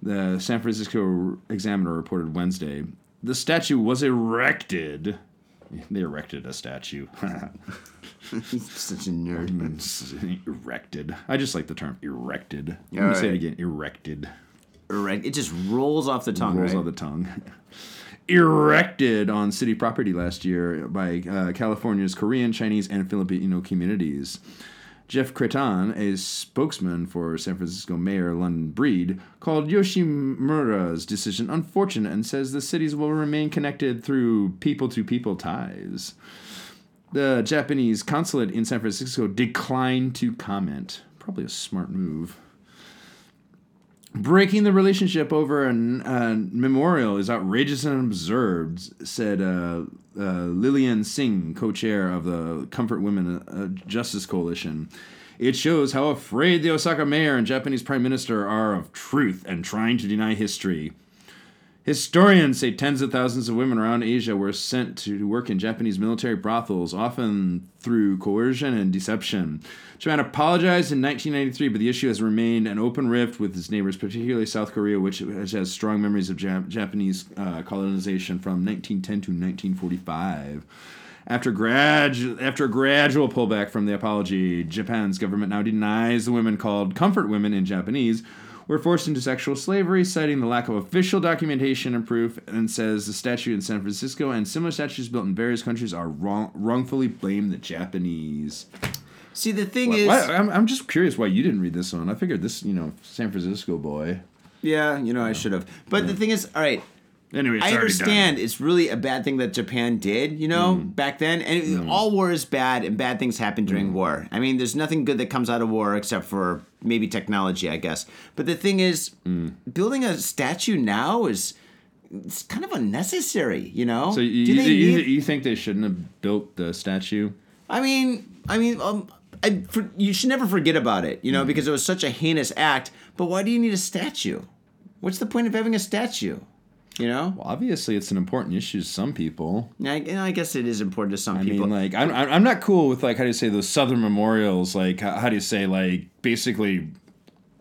[SPEAKER 2] The San Francisco Examiner reported Wednesday. The statue was erected. <laughs> They erected a statue. <laughs>
[SPEAKER 1] Such a nerd.
[SPEAKER 2] erected. I just like the term erected. I'm
[SPEAKER 1] All
[SPEAKER 2] gonna say
[SPEAKER 1] right.
[SPEAKER 2] it again. Erected
[SPEAKER 1] Erect. It just rolls off the tongue.
[SPEAKER 2] rolls
[SPEAKER 1] right?
[SPEAKER 2] off the tongue. <laughs> erected on city property last year by uh, California's Korean, Chinese, and Filipino communities. Jeff Cretan, a spokesman for San Francisco Mayor London Breed, called Yoshimura's decision unfortunate and says the cities will remain connected through people-to-people ties. The Japanese consulate in San Francisco declined to comment. Probably a smart move. Breaking the relationship over a uh, memorial is outrageous and absurd, said uh, uh, Lillian Singh, co chair of the Comfort Women uh, Justice Coalition. It shows how afraid the Osaka mayor and Japanese prime minister are of truth and trying to deny history. Historians say tens of thousands of women around Asia were sent to work in Japanese military brothels, often through coercion and deception. Japan apologized in 1993, but the issue has remained an open rift with its neighbors, particularly South Korea, which, which has strong memories of Jap- Japanese uh, colonization from 1910 to 1945. After, gradu- after a gradual pullback from the apology, Japan's government now denies the women called comfort women in Japanese were forced into sexual slavery, citing the lack of official documentation and proof, and says the statue in San Francisco and similar statues built in various countries are wrong- wrongfully blame the Japanese.
[SPEAKER 1] See, the thing
[SPEAKER 2] Why,
[SPEAKER 1] is,
[SPEAKER 2] I'm, I'm just curious why you didn't read this one. I figured this, you know, San Francisco boy.
[SPEAKER 1] yeah, you know, I should have. But the thing is, all right.
[SPEAKER 2] Anyway, it's
[SPEAKER 1] I
[SPEAKER 2] already done.
[SPEAKER 1] understand it's really a bad thing that Japan did, you know,
[SPEAKER 2] Mm.
[SPEAKER 1] back then. And it- all war is bad, and bad things happen during war. I mean, there's nothing good that comes out of war except for maybe technology, I guess. But the thing is,
[SPEAKER 2] Mm.
[SPEAKER 1] building a statue now is it's kind of unnecessary, you know.
[SPEAKER 2] So you,
[SPEAKER 1] Do
[SPEAKER 2] you,
[SPEAKER 1] they
[SPEAKER 2] you,
[SPEAKER 1] need-
[SPEAKER 2] you think they shouldn't have built the statue?
[SPEAKER 1] I mean, I mean, um, I, for, you should never forget about it,
[SPEAKER 2] Mm.
[SPEAKER 1] you know, because it was such a heinous act. But why do you need a statue? What's the point of having a statue? You know,
[SPEAKER 2] Well, obviously, it's an important issue to some people.
[SPEAKER 1] I, and I guess it is important to some
[SPEAKER 2] I
[SPEAKER 1] people.
[SPEAKER 2] mean, like, I'm, I'm I'm not cool with, like, how do you say those Southern memorials? Like, how, how do you say, like, basically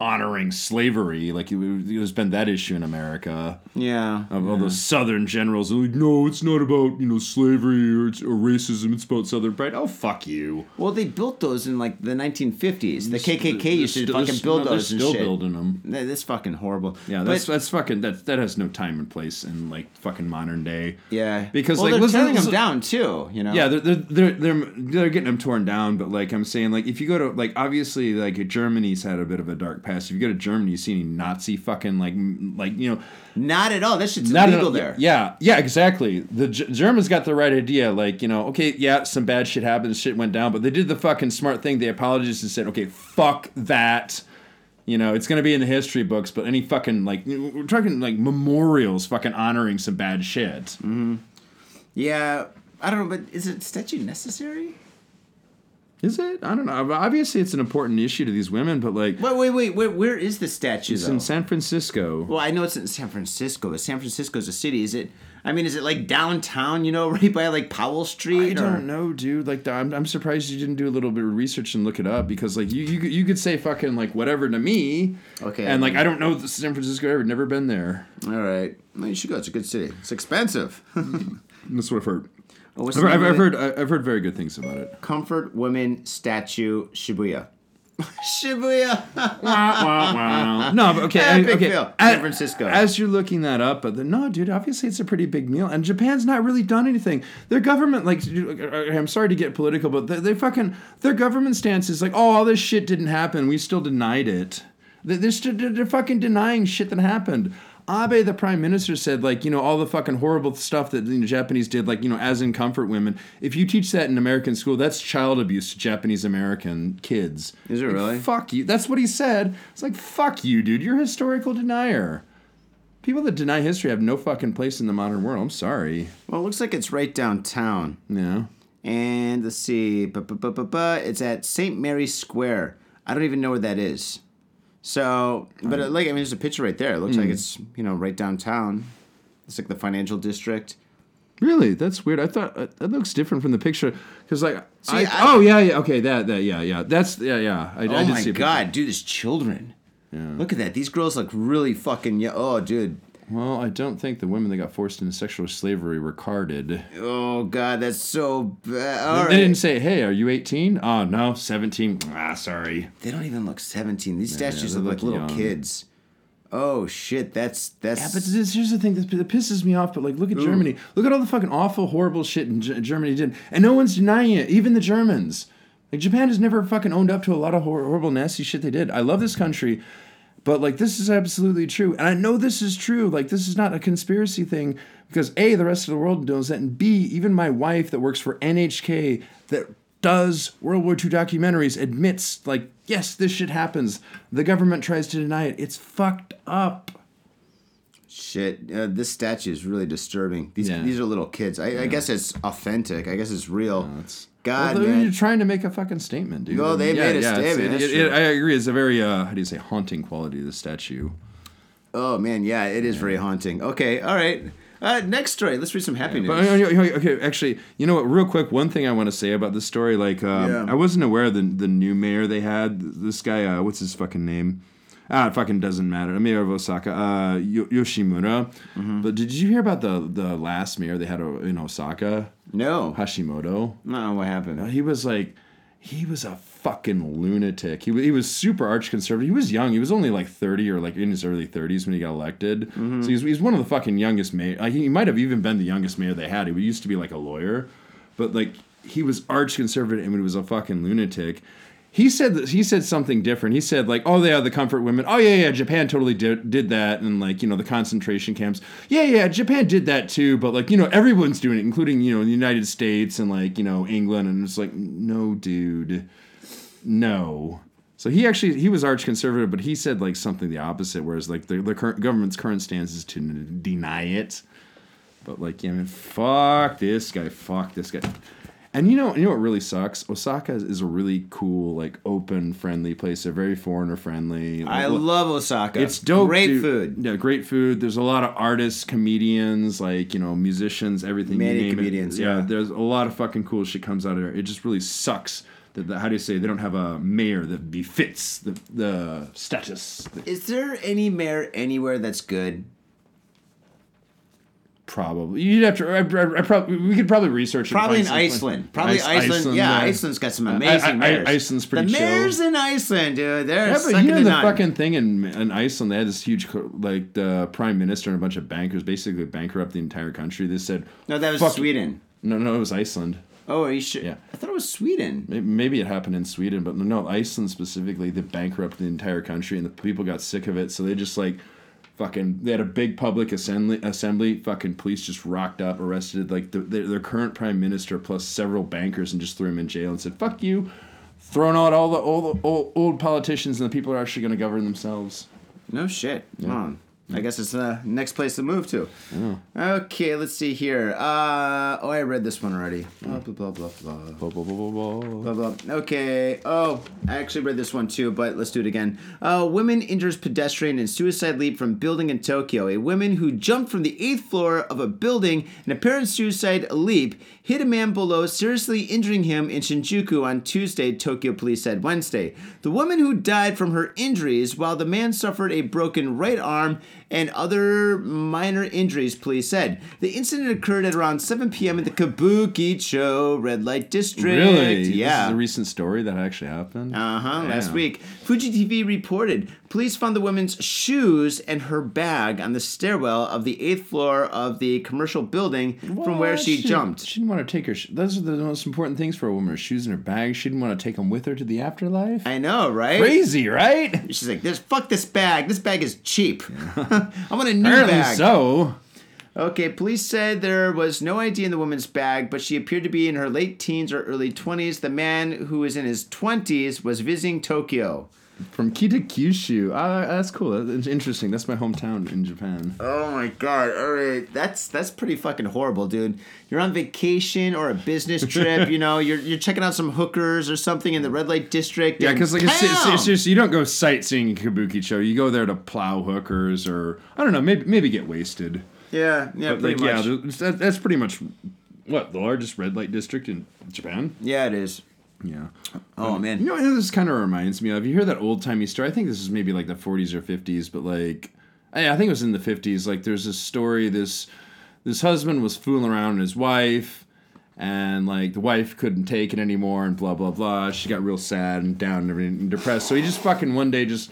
[SPEAKER 2] honoring slavery? Like, you- there's been that issue in America.
[SPEAKER 1] yeah,
[SPEAKER 2] Of all those Southern generals, they're like, no, it's not about, you know, slavery or, it's, or racism. It's about Southern pride. Oh, fuck you.
[SPEAKER 1] Well, they built those in like the 1950s. The KKK used to
[SPEAKER 2] They're
[SPEAKER 1] fucking
[SPEAKER 2] still-
[SPEAKER 1] build
[SPEAKER 2] they're
[SPEAKER 1] those and
[SPEAKER 2] still
[SPEAKER 1] shit.
[SPEAKER 2] building them.
[SPEAKER 1] That- That's fucking horrible.
[SPEAKER 2] Yeah, that's that's fucking that that has no time and place in like fucking modern day.
[SPEAKER 1] yeah.
[SPEAKER 2] because,
[SPEAKER 1] well,
[SPEAKER 2] like,
[SPEAKER 1] they're
[SPEAKER 2] listen-
[SPEAKER 1] tearing them
[SPEAKER 2] listen-
[SPEAKER 1] down too. You know.
[SPEAKER 2] Yeah, they're, they're they're they're they're getting them torn down, but like I'm saying, like if you go to like obviously like Germany's had a bit of a dark past. If you go to Germany, you see any Nazi fucking like m- like you know
[SPEAKER 1] Not at all. That shit's
[SPEAKER 2] not
[SPEAKER 1] illegal there.
[SPEAKER 2] enough- Yeah, yeah, exactly. The G- Germans got the right idea. Like you know, okay, yeah, some bad shit happened, shit went down, but they did the fucking smart thing. They apologized and said, okay, fuck that. You know, it's gonna be in the history books, but any fucking like we're talking like memorials, fucking honoring some bad shit.
[SPEAKER 1] Mm. Yeah. I don't know, but is it statue necessary?
[SPEAKER 2] Is it? I don't know. Obviously, it's an important issue to these women, but like.
[SPEAKER 1] Wait, wait, wait. Where, where is the statue
[SPEAKER 2] It's
[SPEAKER 1] though?
[SPEAKER 2] in San Francisco.
[SPEAKER 1] well, I know it's in San Francisco, but San Francisco's a city. Is it? I mean, is it like downtown? You know, <laughs> right by like Powell Street?
[SPEAKER 2] I
[SPEAKER 1] or-
[SPEAKER 2] don't know, dude. Like, the, I'm, I'm surprised you didn't do a little bit of research and look it up because, like, you you, could- you could say fucking like whatever to me.
[SPEAKER 1] Okay. um,
[SPEAKER 2] And like, I don't know the San Francisco. I've never been there.
[SPEAKER 1] All right. Well, you should go. It's a good city. It's expensive.
[SPEAKER 2] That's what I've heard.
[SPEAKER 1] Oh, what's
[SPEAKER 2] <laughs> I've,
[SPEAKER 1] the name
[SPEAKER 2] I've,
[SPEAKER 1] of
[SPEAKER 2] I've
[SPEAKER 1] it?
[SPEAKER 2] heard I- I've heard very good things about it.
[SPEAKER 1] Comfort Women Statue Shibuya.
[SPEAKER 2] <laughs>
[SPEAKER 1] Shibuya.
[SPEAKER 2] no, but okay,
[SPEAKER 1] Yeah,
[SPEAKER 2] I-
[SPEAKER 1] big
[SPEAKER 2] okay.
[SPEAKER 1] deal.
[SPEAKER 2] As-
[SPEAKER 1] San Francisco.
[SPEAKER 2] As you're looking that up, but the, no, dude, obviously it's a pretty big meal, and Japan's not really done anything. Their government, like, dude, I- I'm sorry to get political, but they, they fucking their government stance is like, oh, all this shit didn't happen. We still denied it. They- They're, still, they're they're fucking denying shit that happened. Abe, the prime minister, said like, you know, all the fucking horrible stuff that the Japanese did, like, you know, as in comfort women. If you teach that in American school, that's child abuse to Japanese American kids.
[SPEAKER 1] Is it
[SPEAKER 2] Like,
[SPEAKER 1] really?
[SPEAKER 2] fuck you. That's what he said. It's like, fuck you, dude. You're a historical denier. People that deny history have no fucking place in the modern world. I'm sorry.
[SPEAKER 1] Well, it looks like it's right downtown.
[SPEAKER 2] No.
[SPEAKER 1] And let's see. bu- bu- bu- bu- bu- It's at St. Mary's Square. I don't even know where that is. So, but uh, like, I mean, there's a picture right there. It looks
[SPEAKER 2] Hmm.
[SPEAKER 1] like it's, you know, right downtown. It's like the financial district.
[SPEAKER 2] Really? That's weird. I thought uh, that looks different from the picture. Because, like, I,
[SPEAKER 1] I-
[SPEAKER 2] oh, yeah, yeah. Okay, that, that, yeah, yeah. That's, yeah, yeah. I, I
[SPEAKER 1] Oh
[SPEAKER 2] did
[SPEAKER 1] my
[SPEAKER 2] see a picture.
[SPEAKER 1] God, dude, there's children. Look at that. These girls look really fucking, yo- oh, dude.
[SPEAKER 2] Well, I don't think the women that got forced into sexual slavery were carded.
[SPEAKER 1] Oh, God, that's so bad. All
[SPEAKER 2] They
[SPEAKER 1] right.
[SPEAKER 2] didn't say, hey, are you 18? Oh, no, 17. Ah, sorry.
[SPEAKER 1] They don't even look 17. These statues
[SPEAKER 2] they
[SPEAKER 1] look like
[SPEAKER 2] look
[SPEAKER 1] little
[SPEAKER 2] young.
[SPEAKER 1] kids. Oh shit, that's that's
[SPEAKER 2] Yeah, but this, here's the thing that, that pisses me off. But like, look at Germany. Look at all the fucking awful, horrible shit in G- Germany did, and no one's denying it. Even the Germans. Like Japan has never fucking owned up to a lot of hor- horrible, nasty shit they did. I love this country, but like this is absolutely true, and I know this is true. Like this is not a conspiracy thing because a the rest of the world knows that, and b even my wife that works for NHK that does World War II documentaries admits like yes this shit happens. The government tries to deny it. It's fucked up.
[SPEAKER 1] shit. Uh, this statue is really disturbing. These
[SPEAKER 2] Yeah.
[SPEAKER 1] these are little kids. I, I guess it's authentic. I guess it's real. God,
[SPEAKER 2] Although
[SPEAKER 1] man.
[SPEAKER 2] you're trying to make a fucking statement, dude.
[SPEAKER 1] No, they made a
[SPEAKER 2] it's-
[SPEAKER 1] statement,
[SPEAKER 2] it-
[SPEAKER 1] that's
[SPEAKER 2] it-
[SPEAKER 1] true.
[SPEAKER 2] I agree. It's a very uh, how do you say haunting quality of the statue.
[SPEAKER 1] oh man, yeah, it is very haunting. Okay, all right. Uh, next story. Let's read some happy
[SPEAKER 2] But
[SPEAKER 1] news.
[SPEAKER 2] uh, you know, okay, actually, you know what? Real quick, one thing I want to say about this story, like um,
[SPEAKER 1] Yeah.
[SPEAKER 2] I wasn't aware of the the new mayor they had. This guy, uh, what's his fucking name? Ah, it fucking doesn't matter. Mayor of Osaka, uh, Yo- Yoshimura.
[SPEAKER 1] Mm-hmm.
[SPEAKER 2] But did you hear about the the last mayor they had o- in Osaka,
[SPEAKER 1] No,
[SPEAKER 2] Hashimoto?
[SPEAKER 1] no, what happened?
[SPEAKER 2] He was like, he was a fucking lunatic. He, wa- he was super arch conservative. He was young. He was only like 30 or like in his early 30s when he got elected. So he's, he's one of the fucking youngest mayor. Like he might have even been the youngest mayor they had. He used to be like a lawyer, but like he was arch conservative and he was a fucking lunatic. He said that he said something different. He said like, "Oh, they are the comfort women. Oh yeah, yeah, Japan totally did, did that, and like you know the concentration camps. Yeah, yeah, Japan did that too. But like you know everyone's doing it, including you know the United States and like you know England. And it's like, no, dude, no. So he actually he was arch conservative, but he said like something the opposite. Whereas like the the current government's current stance is to n- deny it. But like, yeah, man, fuck this guy, fuck this guy. And you know, you know what really sucks? Osaka is, is a really cool, like open, friendly place. They're very foreigner friendly.
[SPEAKER 1] I
[SPEAKER 2] Like,
[SPEAKER 1] love Osaka.
[SPEAKER 2] it's dope.
[SPEAKER 1] Great
[SPEAKER 2] dude.
[SPEAKER 1] food.
[SPEAKER 2] Yeah, great food. There's a lot of artists, comedians, like you know, musicians, everything. you
[SPEAKER 1] Many
[SPEAKER 2] name it.
[SPEAKER 1] comedians, yeah.
[SPEAKER 2] there's a lot of fucking cool shit comes out of there. It just really sucks that the, how do you say they don't have a mayor that befits the the status.
[SPEAKER 1] Is there any mayor anywhere that's good?
[SPEAKER 2] Probably you'd have to. I, I, I probably we could probably research. it and
[SPEAKER 1] Probably in
[SPEAKER 2] find some-
[SPEAKER 1] Iceland. Probably
[SPEAKER 2] Ice-
[SPEAKER 1] Iceland. Yeah,
[SPEAKER 2] uh,
[SPEAKER 1] Iceland's got some amazing
[SPEAKER 2] I- I-
[SPEAKER 1] mayors.
[SPEAKER 2] Iceland's pretty
[SPEAKER 1] The
[SPEAKER 2] chill.
[SPEAKER 1] mayors in Iceland, dude, they're
[SPEAKER 2] Yeah, but
[SPEAKER 1] second
[SPEAKER 2] you know
[SPEAKER 1] to
[SPEAKER 2] the
[SPEAKER 1] none.
[SPEAKER 2] fucking thing in in Iceland, they had this huge co- like the prime minister and a bunch of bankers basically bankrupt the entire country. They said
[SPEAKER 1] no, that was
[SPEAKER 2] fuck-
[SPEAKER 1] Sweden.
[SPEAKER 2] No, no, it was Iceland.
[SPEAKER 1] Oh, are you sure?
[SPEAKER 2] Yeah.
[SPEAKER 1] I thought it was Sweden.
[SPEAKER 2] May- Maybe it happened in Sweden, but no, Iceland specifically, they bankrupted the entire country, and the people got sick of it, so they just like fucking. They had a big public assembly. Assembly, fucking police just rocked up, arrested like the, their, their current prime minister plus several bankers, and just threw him in jail and said, "Fuck you." Throwing out all the old, old, old politicians and the people who are actually going to govern themselves.
[SPEAKER 1] No shit. Wow. I guess it's the next place to move to.
[SPEAKER 2] Oh.
[SPEAKER 1] Okay, let's see here. Uh, oh, I read this one already. Blah, blah, blah, blah, blah.
[SPEAKER 2] Blah, blah, blah, blah, blah.
[SPEAKER 1] Blah, blah. Okay. Oh, I actually read this one too, but let's do it again. Uh, woman injures pedestrian in suicide leap from building in Tokyo. A woman who jumped from the eighth floor of a building in apparent suicide leap hit a man below, seriously injuring him in Shinjuku on Tuesday, Tokyo police said Wednesday. The woman who died from her injuries, while the man suffered a broken right arm and other minor injuries, police said. The incident occurred at around 7 p.m. at the Kabukicho Red Light District.
[SPEAKER 2] Really? This is
[SPEAKER 1] Yeah.
[SPEAKER 2] a recent story that actually happened.
[SPEAKER 1] uh huh. Last
[SPEAKER 2] Yeah.
[SPEAKER 1] week, Fuji TV reported police found the woman's shoes and her bag on the stairwell of the eighth floor of the commercial building from where
[SPEAKER 2] What?
[SPEAKER 1] she,
[SPEAKER 2] didn't-
[SPEAKER 1] jumped.
[SPEAKER 2] She didn't want to take her. Sh- those are the most important things for a woman: her shoes and her bag. She didn't want to take them with her to the afterlife.
[SPEAKER 1] I know, right?
[SPEAKER 2] Crazy, right?
[SPEAKER 1] She's like, "This fuck this bag. This bag is cheap. I want a new
[SPEAKER 2] Apparently
[SPEAKER 1] bag."
[SPEAKER 2] so.
[SPEAKER 1] <laughs> Okay, police said there was no ID in the woman's bag, but she appeared to be in her late teens or early 20s. The man, who was in his 20s, was visiting Tokyo.
[SPEAKER 2] From Key to Kyushu. Ah, that's cool. That's interesting. That's my hometown in Japan.
[SPEAKER 1] Oh my god! All right, that's that's pretty fucking horrible, dude. You're on vacation or a
[SPEAKER 2] <laughs>
[SPEAKER 1] business trip, you know. You're you're checking out some hookers or something in the red light district.
[SPEAKER 2] Yeah,
[SPEAKER 1] and
[SPEAKER 2] because like it's, it's,
[SPEAKER 1] bam!
[SPEAKER 2] it's just you don't go sightseeing in Kabuki Cho. You go there to plow hookers or I don't know, maybe maybe get wasted.
[SPEAKER 1] <laughs> yeah, yeah,
[SPEAKER 2] But,
[SPEAKER 1] pretty
[SPEAKER 2] like
[SPEAKER 1] much.
[SPEAKER 2] yeah, th- that, that's pretty much what the largest red light district in Japan.
[SPEAKER 1] yeah, it is.
[SPEAKER 2] Yeah.
[SPEAKER 1] Oh
[SPEAKER 2] You
[SPEAKER 1] man,
[SPEAKER 2] know, what this kind of reminds me of. You hear that old timey story. I think this is maybe like the 40s or 50s, but like, I I think it was in the 50s. Like, there's this story. This this husband was fooling around with his wife, and like the wife couldn't take it anymore, and blah blah blah. She got real sad and down and everything, and depressed. So he just fucking one day just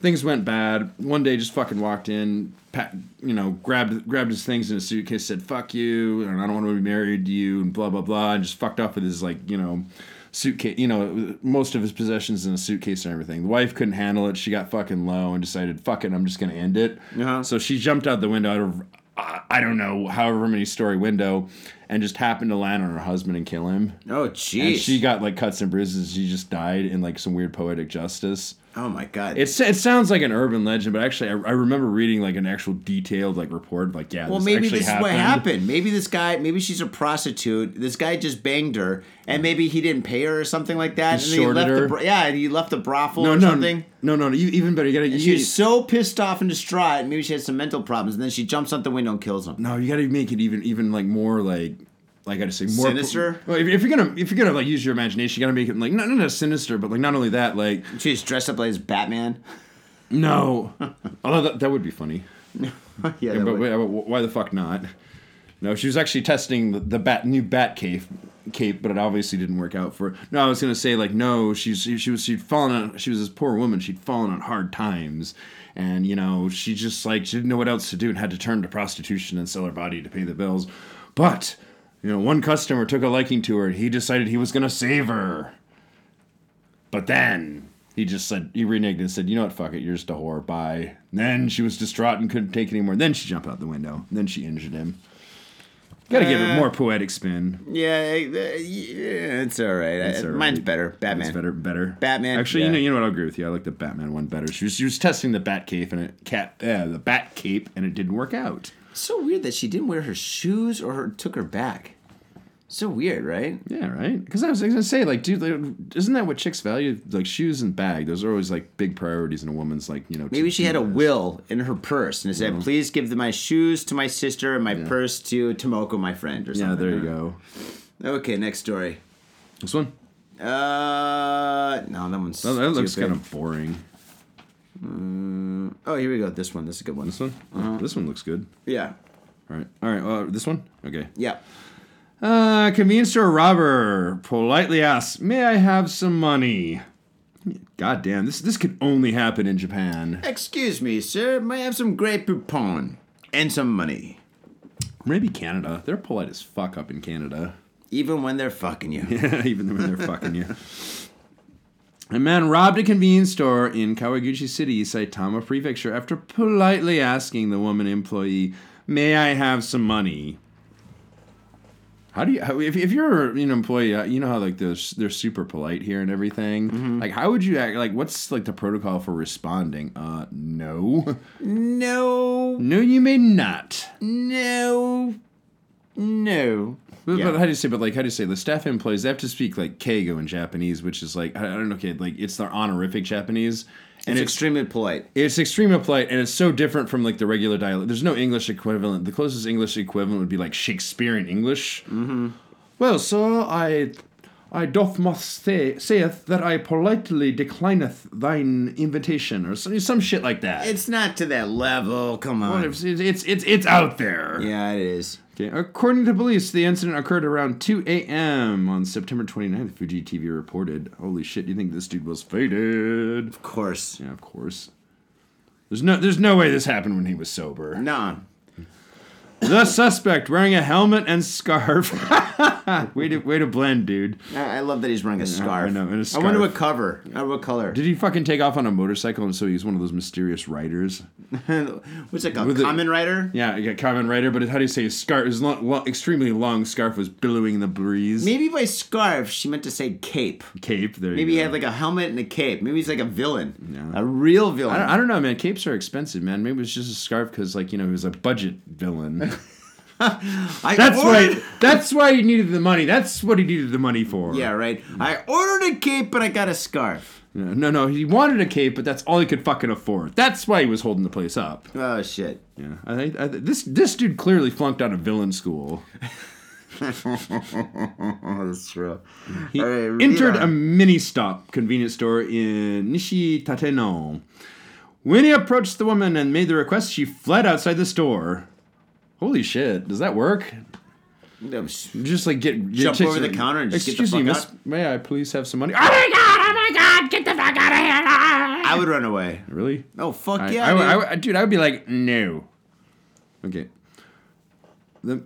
[SPEAKER 2] things went bad. One day, just fucking walked in, pat, you know, grabbed grabbed his things in a suitcase, said "fuck you," and I don't want to be married to you, and blah blah blah, and just fucked off with his like, you know, suitcase, you know, most of his possessions in a suitcase and everything. The wife couldn't handle it. She got fucking low and decided, "Fuck it, I'm just gonna end it."
[SPEAKER 1] Uh-huh.
[SPEAKER 2] So she jumped out the window out of. I I don't know, however many story window, and just happened to land on her husband and kill him.
[SPEAKER 1] oh
[SPEAKER 2] And
[SPEAKER 1] jeez.
[SPEAKER 2] she got like cuts and bruises. She just died in like some weird poetic justice.
[SPEAKER 1] oh my god.
[SPEAKER 2] It, it sounds like an urban legend, but actually, I, I remember reading like an actual detailed like report. Like, yeah,
[SPEAKER 1] well,
[SPEAKER 2] this
[SPEAKER 1] maybe
[SPEAKER 2] actually
[SPEAKER 1] this is
[SPEAKER 2] happened.
[SPEAKER 1] what happened. Maybe this guy, maybe she's a prostitute. This guy just banged her, and maybe he didn't pay her or something like that. and
[SPEAKER 2] He
[SPEAKER 1] then he
[SPEAKER 2] shorted
[SPEAKER 1] left The
[SPEAKER 2] her.
[SPEAKER 1] bro- yeah, and he left the brothel
[SPEAKER 2] No,
[SPEAKER 1] or
[SPEAKER 2] no,
[SPEAKER 1] something.
[SPEAKER 2] no, no, no. you- Even better, you gotta. You,
[SPEAKER 1] She's so pissed off and distraught. Maybe she has some mental problems, and then she jumps out the window and kills him.
[SPEAKER 2] no, you gotta make it even, even like more like, like I gotta say more
[SPEAKER 1] Sinister?
[SPEAKER 2] Well, if, if you're gonna, if you're gonna like use your imagination, you gotta make it like not, not just sinister, but like not only that, like
[SPEAKER 1] She's dressed up as
[SPEAKER 2] <laughs>
[SPEAKER 1] Batman. <laughs>
[SPEAKER 2] no. Although that, that would be funny,
[SPEAKER 1] yeah, that
[SPEAKER 2] but,
[SPEAKER 1] would-
[SPEAKER 2] wait, but why the fuck not? No, she was actually testing the, the bat new bat cape cape, but it obviously didn't work out for. her. No, I was gonna say like no, she's she, she was she'd fallen on she was this poor woman. She'd fallen on hard times, and you know she just like she didn't know what else to do and had to turn to prostitution and sell her body to pay the bills. But you know one customer took a liking to her. and He decided he was gonna save her, but then. He just said he reneged and said, "You know what? Fuck it. You're just a whore. Bye." And then she was distraught and couldn't take it anymore. Then she jumped out the window. And then she injured him. Got to give
[SPEAKER 1] Uh,
[SPEAKER 2] it more poetic spin.
[SPEAKER 1] yeah, eh, eh, yeah, it's all right.
[SPEAKER 2] It's
[SPEAKER 1] Eh,
[SPEAKER 2] all
[SPEAKER 1] Mine's
[SPEAKER 2] right.
[SPEAKER 1] better. Batman.
[SPEAKER 2] It's better, better.
[SPEAKER 1] Batman,
[SPEAKER 2] Actually,
[SPEAKER 1] yeah.
[SPEAKER 2] you know, you know what? I'll agree with you. I like the Batman one better. She was, she was testing the bat cape and it cat, yeah, the bat cape, and it didn't work out.
[SPEAKER 1] It's so weird that she didn't wear her shoes or her, took her back. So weird, right?
[SPEAKER 2] Yeah, right. Because I was gonna say, like, dude, like, isn't that what chicks value? Like shoes and bag. Those are always like big priorities in a woman's, like, you know.
[SPEAKER 1] Maybe she had a
[SPEAKER 2] to-do list.
[SPEAKER 1] will in her purse and it said, "Please give my shoes to my sister and my purse to Tomoko, my friend," or something.
[SPEAKER 2] Yeah, there you go.
[SPEAKER 1] Okay, next story.
[SPEAKER 2] This one. oh,
[SPEAKER 1] Uh, no, that one's
[SPEAKER 2] That, that looks
[SPEAKER 1] stupid.
[SPEAKER 2] kind of boring.
[SPEAKER 1] Oh, here we go. This one. This is a good one.
[SPEAKER 2] This one. This one looks good.
[SPEAKER 1] Yeah.
[SPEAKER 2] All right. All right. Well, this one. Okay.
[SPEAKER 1] Yeah.
[SPEAKER 2] Uh, convenience store robber politely asks, "May I have some money?" God damn, this this could only happen in Japan.
[SPEAKER 1] Excuse me, sir. May I have some great poupon and some money,
[SPEAKER 2] Maybe Canada. They're polite as fuck up in Canada.
[SPEAKER 1] even when they're fucking you?
[SPEAKER 2] <laughs> even when they're fucking you. A man robbed a convenience store in Kawaguchi City, Saitama Prefecture, after politely asking the woman employee, "May I have some money?" How do you? How, if, if you're an employee, uh, you know how like they're s- they're super polite here and everything. Like, how would you act? Like, what's like the protocol for responding? Uh, no, <laughs>
[SPEAKER 1] No.
[SPEAKER 2] no, you may not.
[SPEAKER 1] No. No.
[SPEAKER 2] But,
[SPEAKER 1] Yeah.
[SPEAKER 2] but how do you say? But like, how do you say? The staff employees they have to speak like Keigo in Japanese, which is like I, I don't know, kid. Like it's their honorific Japanese, and
[SPEAKER 1] It's
[SPEAKER 2] it's
[SPEAKER 1] extremely polite.
[SPEAKER 2] it's extremely polite, and it's so different from like the regular dialect. There's no English equivalent. The closest English equivalent would be like Shakespearean English. Mm-hmm. Well, sir, I I doth must say saith that I politely declineth thine invitation, or some, some shit like that.
[SPEAKER 1] It's not to that level. Come on.
[SPEAKER 2] it's it's it's, it's out there.
[SPEAKER 1] yeah, it is.
[SPEAKER 2] Okay. According to police, the incident occurred around 2 a.m. on September 29th. Fuji TV reported. Holy shit! You think this dude was faded?
[SPEAKER 1] Of course.
[SPEAKER 2] Yeah, of course. There's no, there's no way this happened when he was sober.
[SPEAKER 1] Nah.
[SPEAKER 2] the suspect wearing a helmet and scarf. <laughs> way to, way to blend, dude.
[SPEAKER 1] I I love that he's wearing a scarf.
[SPEAKER 2] know, and a
[SPEAKER 1] I wonder
[SPEAKER 2] scarf.
[SPEAKER 1] what cover. Uh, what color?
[SPEAKER 2] Did he fucking take off on a motorcycle and so he's one of those mysterious riders?
[SPEAKER 1] <laughs> What's it called?
[SPEAKER 2] With the-
[SPEAKER 1] Common Rider?
[SPEAKER 2] Yeah, you got common rider, but how do you say his scarf? His long, long, extremely long scarf was billowing in the breeze.
[SPEAKER 1] Maybe by scarf, she meant to say cape.
[SPEAKER 2] Cape. There.
[SPEAKER 1] Maybe he
[SPEAKER 2] you go.
[SPEAKER 1] had like a helmet and a cape. Maybe he's like a villain.
[SPEAKER 2] Yeah.
[SPEAKER 1] A real villain.
[SPEAKER 2] I don't, I don't know, man. Capes are expensive, man. Maybe it's just a scarf because, like, you know, he was a budget
[SPEAKER 1] <laughs>
[SPEAKER 2] villain.
[SPEAKER 1] I
[SPEAKER 2] That's
[SPEAKER 1] ordered-
[SPEAKER 2] why. That's why he needed the money. That's what he needed the money for.
[SPEAKER 1] Yeah, right. I ordered a cape, but I got a scarf.
[SPEAKER 2] No, no, no, he wanted a cape, but that's all he could fucking afford. That's why he was holding the place up.
[SPEAKER 1] Oh shit.
[SPEAKER 2] Yeah, I think I, think- this this dude clearly flunked out of villain school.
[SPEAKER 1] Oh, <laughs> that's true.
[SPEAKER 2] He
[SPEAKER 1] All right, read
[SPEAKER 2] entered
[SPEAKER 1] on.
[SPEAKER 2] a mini stop convenience store in Nishi Tateno. When he approached the woman and made the request, she fled outside the store. Holy shit! Does that work?
[SPEAKER 1] That was-
[SPEAKER 2] Just like get, get
[SPEAKER 1] Jump
[SPEAKER 2] chicks-
[SPEAKER 1] over the counter and just get the
[SPEAKER 2] excuse me,
[SPEAKER 1] fuck
[SPEAKER 2] miss.
[SPEAKER 1] out."
[SPEAKER 2] May I please have some money? Oh my god! Oh my god! Get the fuck out of here!
[SPEAKER 1] I would run away.
[SPEAKER 2] Really?
[SPEAKER 1] Oh fuck
[SPEAKER 2] I,
[SPEAKER 1] yeah.
[SPEAKER 2] I, would-
[SPEAKER 1] dude.
[SPEAKER 2] I, would- dude, I would be like, no. Okay. The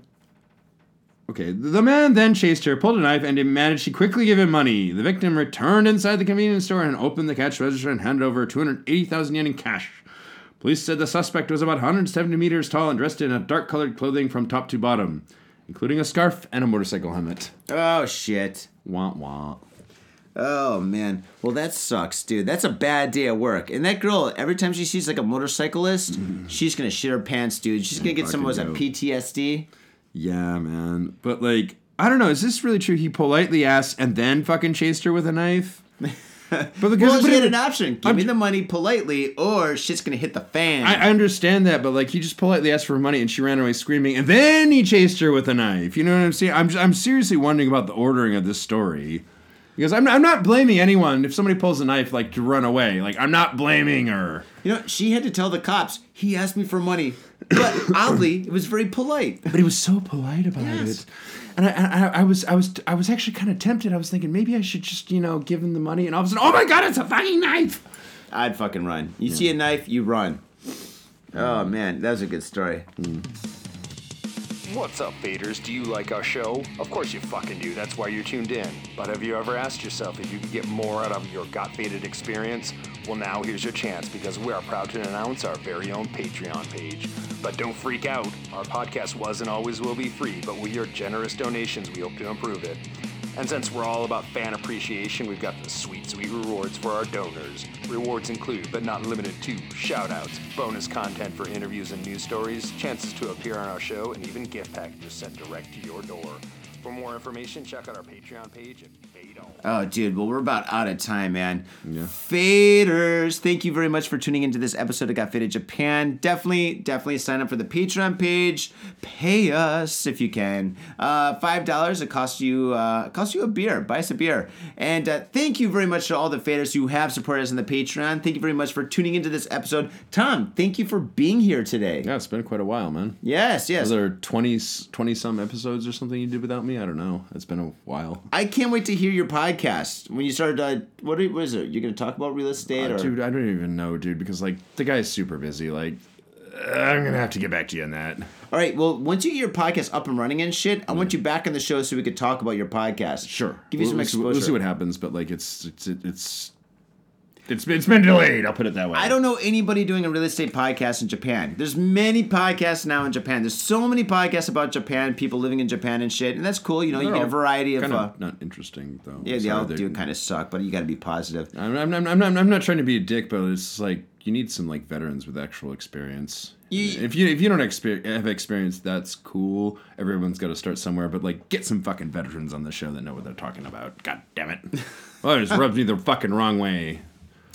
[SPEAKER 2] okay. The man then chased her, pulled a knife, and demanded she quickly give him money. The victim returned inside the convenience store and opened the cash register and handed over 280,000 yen in cash. Police said the suspect was about 170 meters tall and dressed in a dark-colored clothing from top to bottom, including a scarf and a motorcycle helmet.
[SPEAKER 1] oh shit.
[SPEAKER 2] Wah wah.
[SPEAKER 1] Oh man. Well that sucks, dude. That's a bad day at work. And that girl, every time she sees like a motorcyclist, she's gonna shit her pants, dude. She's gonna get some
[SPEAKER 2] Mm. fucking
[SPEAKER 1] was that
[SPEAKER 2] dope.
[SPEAKER 1] PTSD.
[SPEAKER 2] Yeah, man. But like, I don't know. Is this really true? He politely asked and then fucking chased her with
[SPEAKER 1] <laughs>
[SPEAKER 2] a knife. But because
[SPEAKER 1] Well,
[SPEAKER 2] but
[SPEAKER 1] she
[SPEAKER 2] it-
[SPEAKER 1] had an option. Give
[SPEAKER 2] I'm-
[SPEAKER 1] me the money politely, or shit's gonna hit the fan.
[SPEAKER 2] I, I understand that, but like, he just politely asked for money and she ran away screaming, and then he chased her with a knife. You know what I'm saying? I'm I'm seriously wondering about the ordering of this story. Because I'm, I'm not blaming anyone if somebody pulls a knife like to run away. Like I'm not blaming her.
[SPEAKER 1] you know, she had to tell the cops. He asked me for money, but
[SPEAKER 2] <laughs>
[SPEAKER 1] oddly, it was very polite.
[SPEAKER 2] But he was so polite about
[SPEAKER 1] Yes.
[SPEAKER 2] it. And I, I, I was, I was, I was actually kind of tempted. I was thinking maybe I should just, you know, give him the money. And all of a sudden, oh my god, it's a fucking knife!
[SPEAKER 1] I'd fucking run. You see a knife, you run. Oh man, that was a good story.
[SPEAKER 4] What's up, faders? Do you like our show? Of course you fucking do. That's why you're tuned in. But have you ever asked yourself if you could get more out of your got faded experience? Well, now here's your chance because we are proud to announce our very own Patreon page. But don't freak out. Our podcast was and always will be free, but with your generous donations, we hope to improve it. And since we're all about fan appreciation, we've got the sweet, sweet rewards for our donors. Rewards include, but not limited to, shout outs, bonus content for interviews and news stories, chances to appear on our show, and even gift packages sent direct to your door. For more information, check out our Patreon page at Fade On.
[SPEAKER 1] Oh, dude. Well, we're about out of time, man. Faders, thank you very much for tuning into this episode of Got Faded Japan. Definitely, definitely sign up for the Patreon page. Pay us if you can. Uh, Five dollars. It costs you. Uh, it costs you a beer. Buy us a beer. And uh, thank you very much to all the faders who have supported us on the Patreon. Thank you very much for tuning into this episode. Tom, thank you for being here today.
[SPEAKER 2] Yeah, it's been quite a while, man.
[SPEAKER 1] Yes, yes.
[SPEAKER 2] Those are 20, 20 some episodes or something you did without me? I don't know. It's been a while.
[SPEAKER 1] I can't wait to hear your podcast when you started. Uh, what, are, what is it? You're going to talk about real estate, or
[SPEAKER 2] Dude, I don't even know, dude, because like the guy's super busy. Like, I'm gonna have to get back to you on that.
[SPEAKER 1] all right? Well, once you get your podcast up and running and shit, I want you back on the show so we could talk about your podcast. give you
[SPEAKER 2] Mm-hmm. We'll-
[SPEAKER 1] some
[SPEAKER 2] we'll see-
[SPEAKER 1] exposure.
[SPEAKER 2] We'll see what happens, but like it's it's it's it's been, it's been delayed. I'll put it that way.
[SPEAKER 1] I don't know anybody doing a real estate podcast in Japan. There's many podcasts now in Japan. There's so many podcasts about Japan, people living in Japan and shit, and that's cool. You know, you
[SPEAKER 2] They're
[SPEAKER 1] get a
[SPEAKER 2] all
[SPEAKER 1] variety of.
[SPEAKER 2] kind
[SPEAKER 1] Uh,
[SPEAKER 2] of not interesting though.
[SPEAKER 1] yeah, they
[SPEAKER 2] Sorry,
[SPEAKER 1] all
[SPEAKER 2] they're-
[SPEAKER 1] do kind of suck, but you got to be positive.
[SPEAKER 2] I'm, I'm, I'm, I'm, I'm not trying to be a dick, but it's like you need some like veterans with actual experience.
[SPEAKER 1] You-
[SPEAKER 2] if you if you don't exper- have experience, that's cool. Everyone's got to start somewhere, but like get some fucking veterans on the show that know what they're talking about. God
[SPEAKER 1] <laughs>
[SPEAKER 2] damn it! well, it just rubs me the fucking wrong way.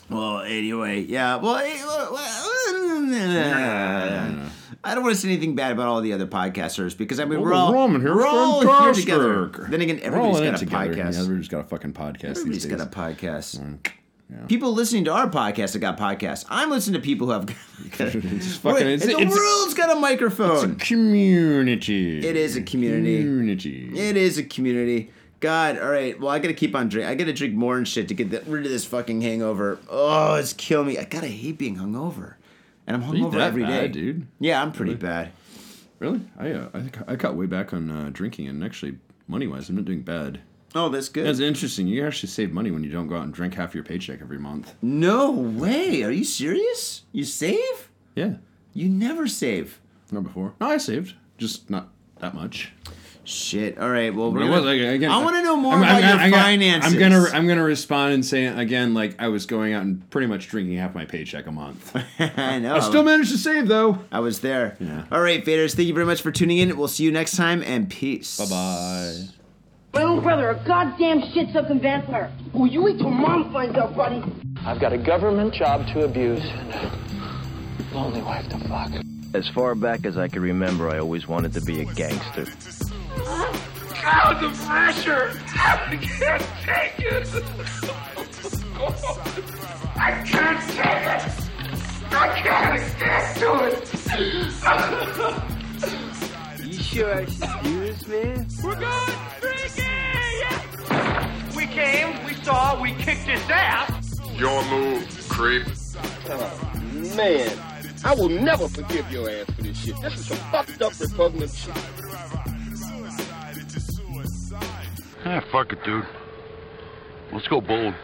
[SPEAKER 1] Well, anyway, yeah. Well, eh, well, well, I don't want to say anything bad about all the other podcasters because I mean we're all
[SPEAKER 2] Roman here.
[SPEAKER 1] we're all here
[SPEAKER 2] fantastic.
[SPEAKER 1] together. Then again,
[SPEAKER 2] We're all
[SPEAKER 1] everybody's
[SPEAKER 2] in it
[SPEAKER 1] got a
[SPEAKER 2] together. Yeah,
[SPEAKER 1] podcast.
[SPEAKER 2] everybody's got a fucking podcast
[SPEAKER 1] Everybody's
[SPEAKER 2] these days. Mm.
[SPEAKER 1] got a podcast. People listening to our podcast that got podcasts. I'm listening to people who have.
[SPEAKER 2] <laughs>
[SPEAKER 1] <laughs>
[SPEAKER 2] It's
[SPEAKER 1] Wait,
[SPEAKER 2] fucking, it's,
[SPEAKER 1] the
[SPEAKER 2] it's,
[SPEAKER 1] world's got a microphone.
[SPEAKER 2] community.
[SPEAKER 1] It is a community.
[SPEAKER 2] Community.
[SPEAKER 1] It is a community. God, all right. Well, I gotta keep on drink. I gotta drink more and shit to get that, rid of this fucking hangover. Oh, it's killing me. I gotta hate being hungover, and I'm
[SPEAKER 2] Ain't
[SPEAKER 1] hungover
[SPEAKER 2] that
[SPEAKER 1] every day,
[SPEAKER 2] bad, dude.
[SPEAKER 1] Yeah, I'm pretty bad.
[SPEAKER 2] Really? I uh, I think I got way back on uh, drinking, and actually, money wise, I'm not doing bad.
[SPEAKER 1] Oh, that's good.
[SPEAKER 2] That's interesting. You actually save money when you don't go out and drink half your paycheck every month.
[SPEAKER 1] no way. Are you serious? You save?
[SPEAKER 2] Yeah,
[SPEAKER 1] You never save.
[SPEAKER 2] not before. No, I saved, just not that much.
[SPEAKER 1] Shit. All right. Well, we're
[SPEAKER 2] But it
[SPEAKER 1] gonna,
[SPEAKER 2] was like, again.
[SPEAKER 1] I want to know more
[SPEAKER 2] I'm-
[SPEAKER 1] about
[SPEAKER 2] I'm gonna-
[SPEAKER 1] your
[SPEAKER 2] I'm gonna-
[SPEAKER 1] finances.
[SPEAKER 2] I'm gonna
[SPEAKER 1] <laughs>
[SPEAKER 2] I'm gonna respond and say again, like I was going out and pretty much drinking half my paycheck
[SPEAKER 1] <laughs>
[SPEAKER 2] a month.
[SPEAKER 1] I know.
[SPEAKER 2] I still managed to save though.
[SPEAKER 1] I was there.
[SPEAKER 2] Yeah.
[SPEAKER 1] All right, faders. Thank you very much for tuning in. We'll see you next time, and peace.
[SPEAKER 2] Bye bye.
[SPEAKER 5] My own brother, a goddamn shit-sucking vampire. Oh, you wait till mom finds out, buddy.
[SPEAKER 6] I've got a government job to abuse and a lonely wife to fuck.
[SPEAKER 7] As far back as I can remember, I always wanted to be a gangster.
[SPEAKER 8] God, the pressure! I can't take it! I can't take it! I can't stand to it!
[SPEAKER 6] You sure excuse me?
[SPEAKER 8] We're going freaking! We came, we saw, we kicked his ass!
[SPEAKER 9] Your move, creep.
[SPEAKER 10] Man, I will never forgive your ass for this shit. This is some fucked up Republican shit.
[SPEAKER 9] Eh, Ah, fuck it, dude. Let's go bold.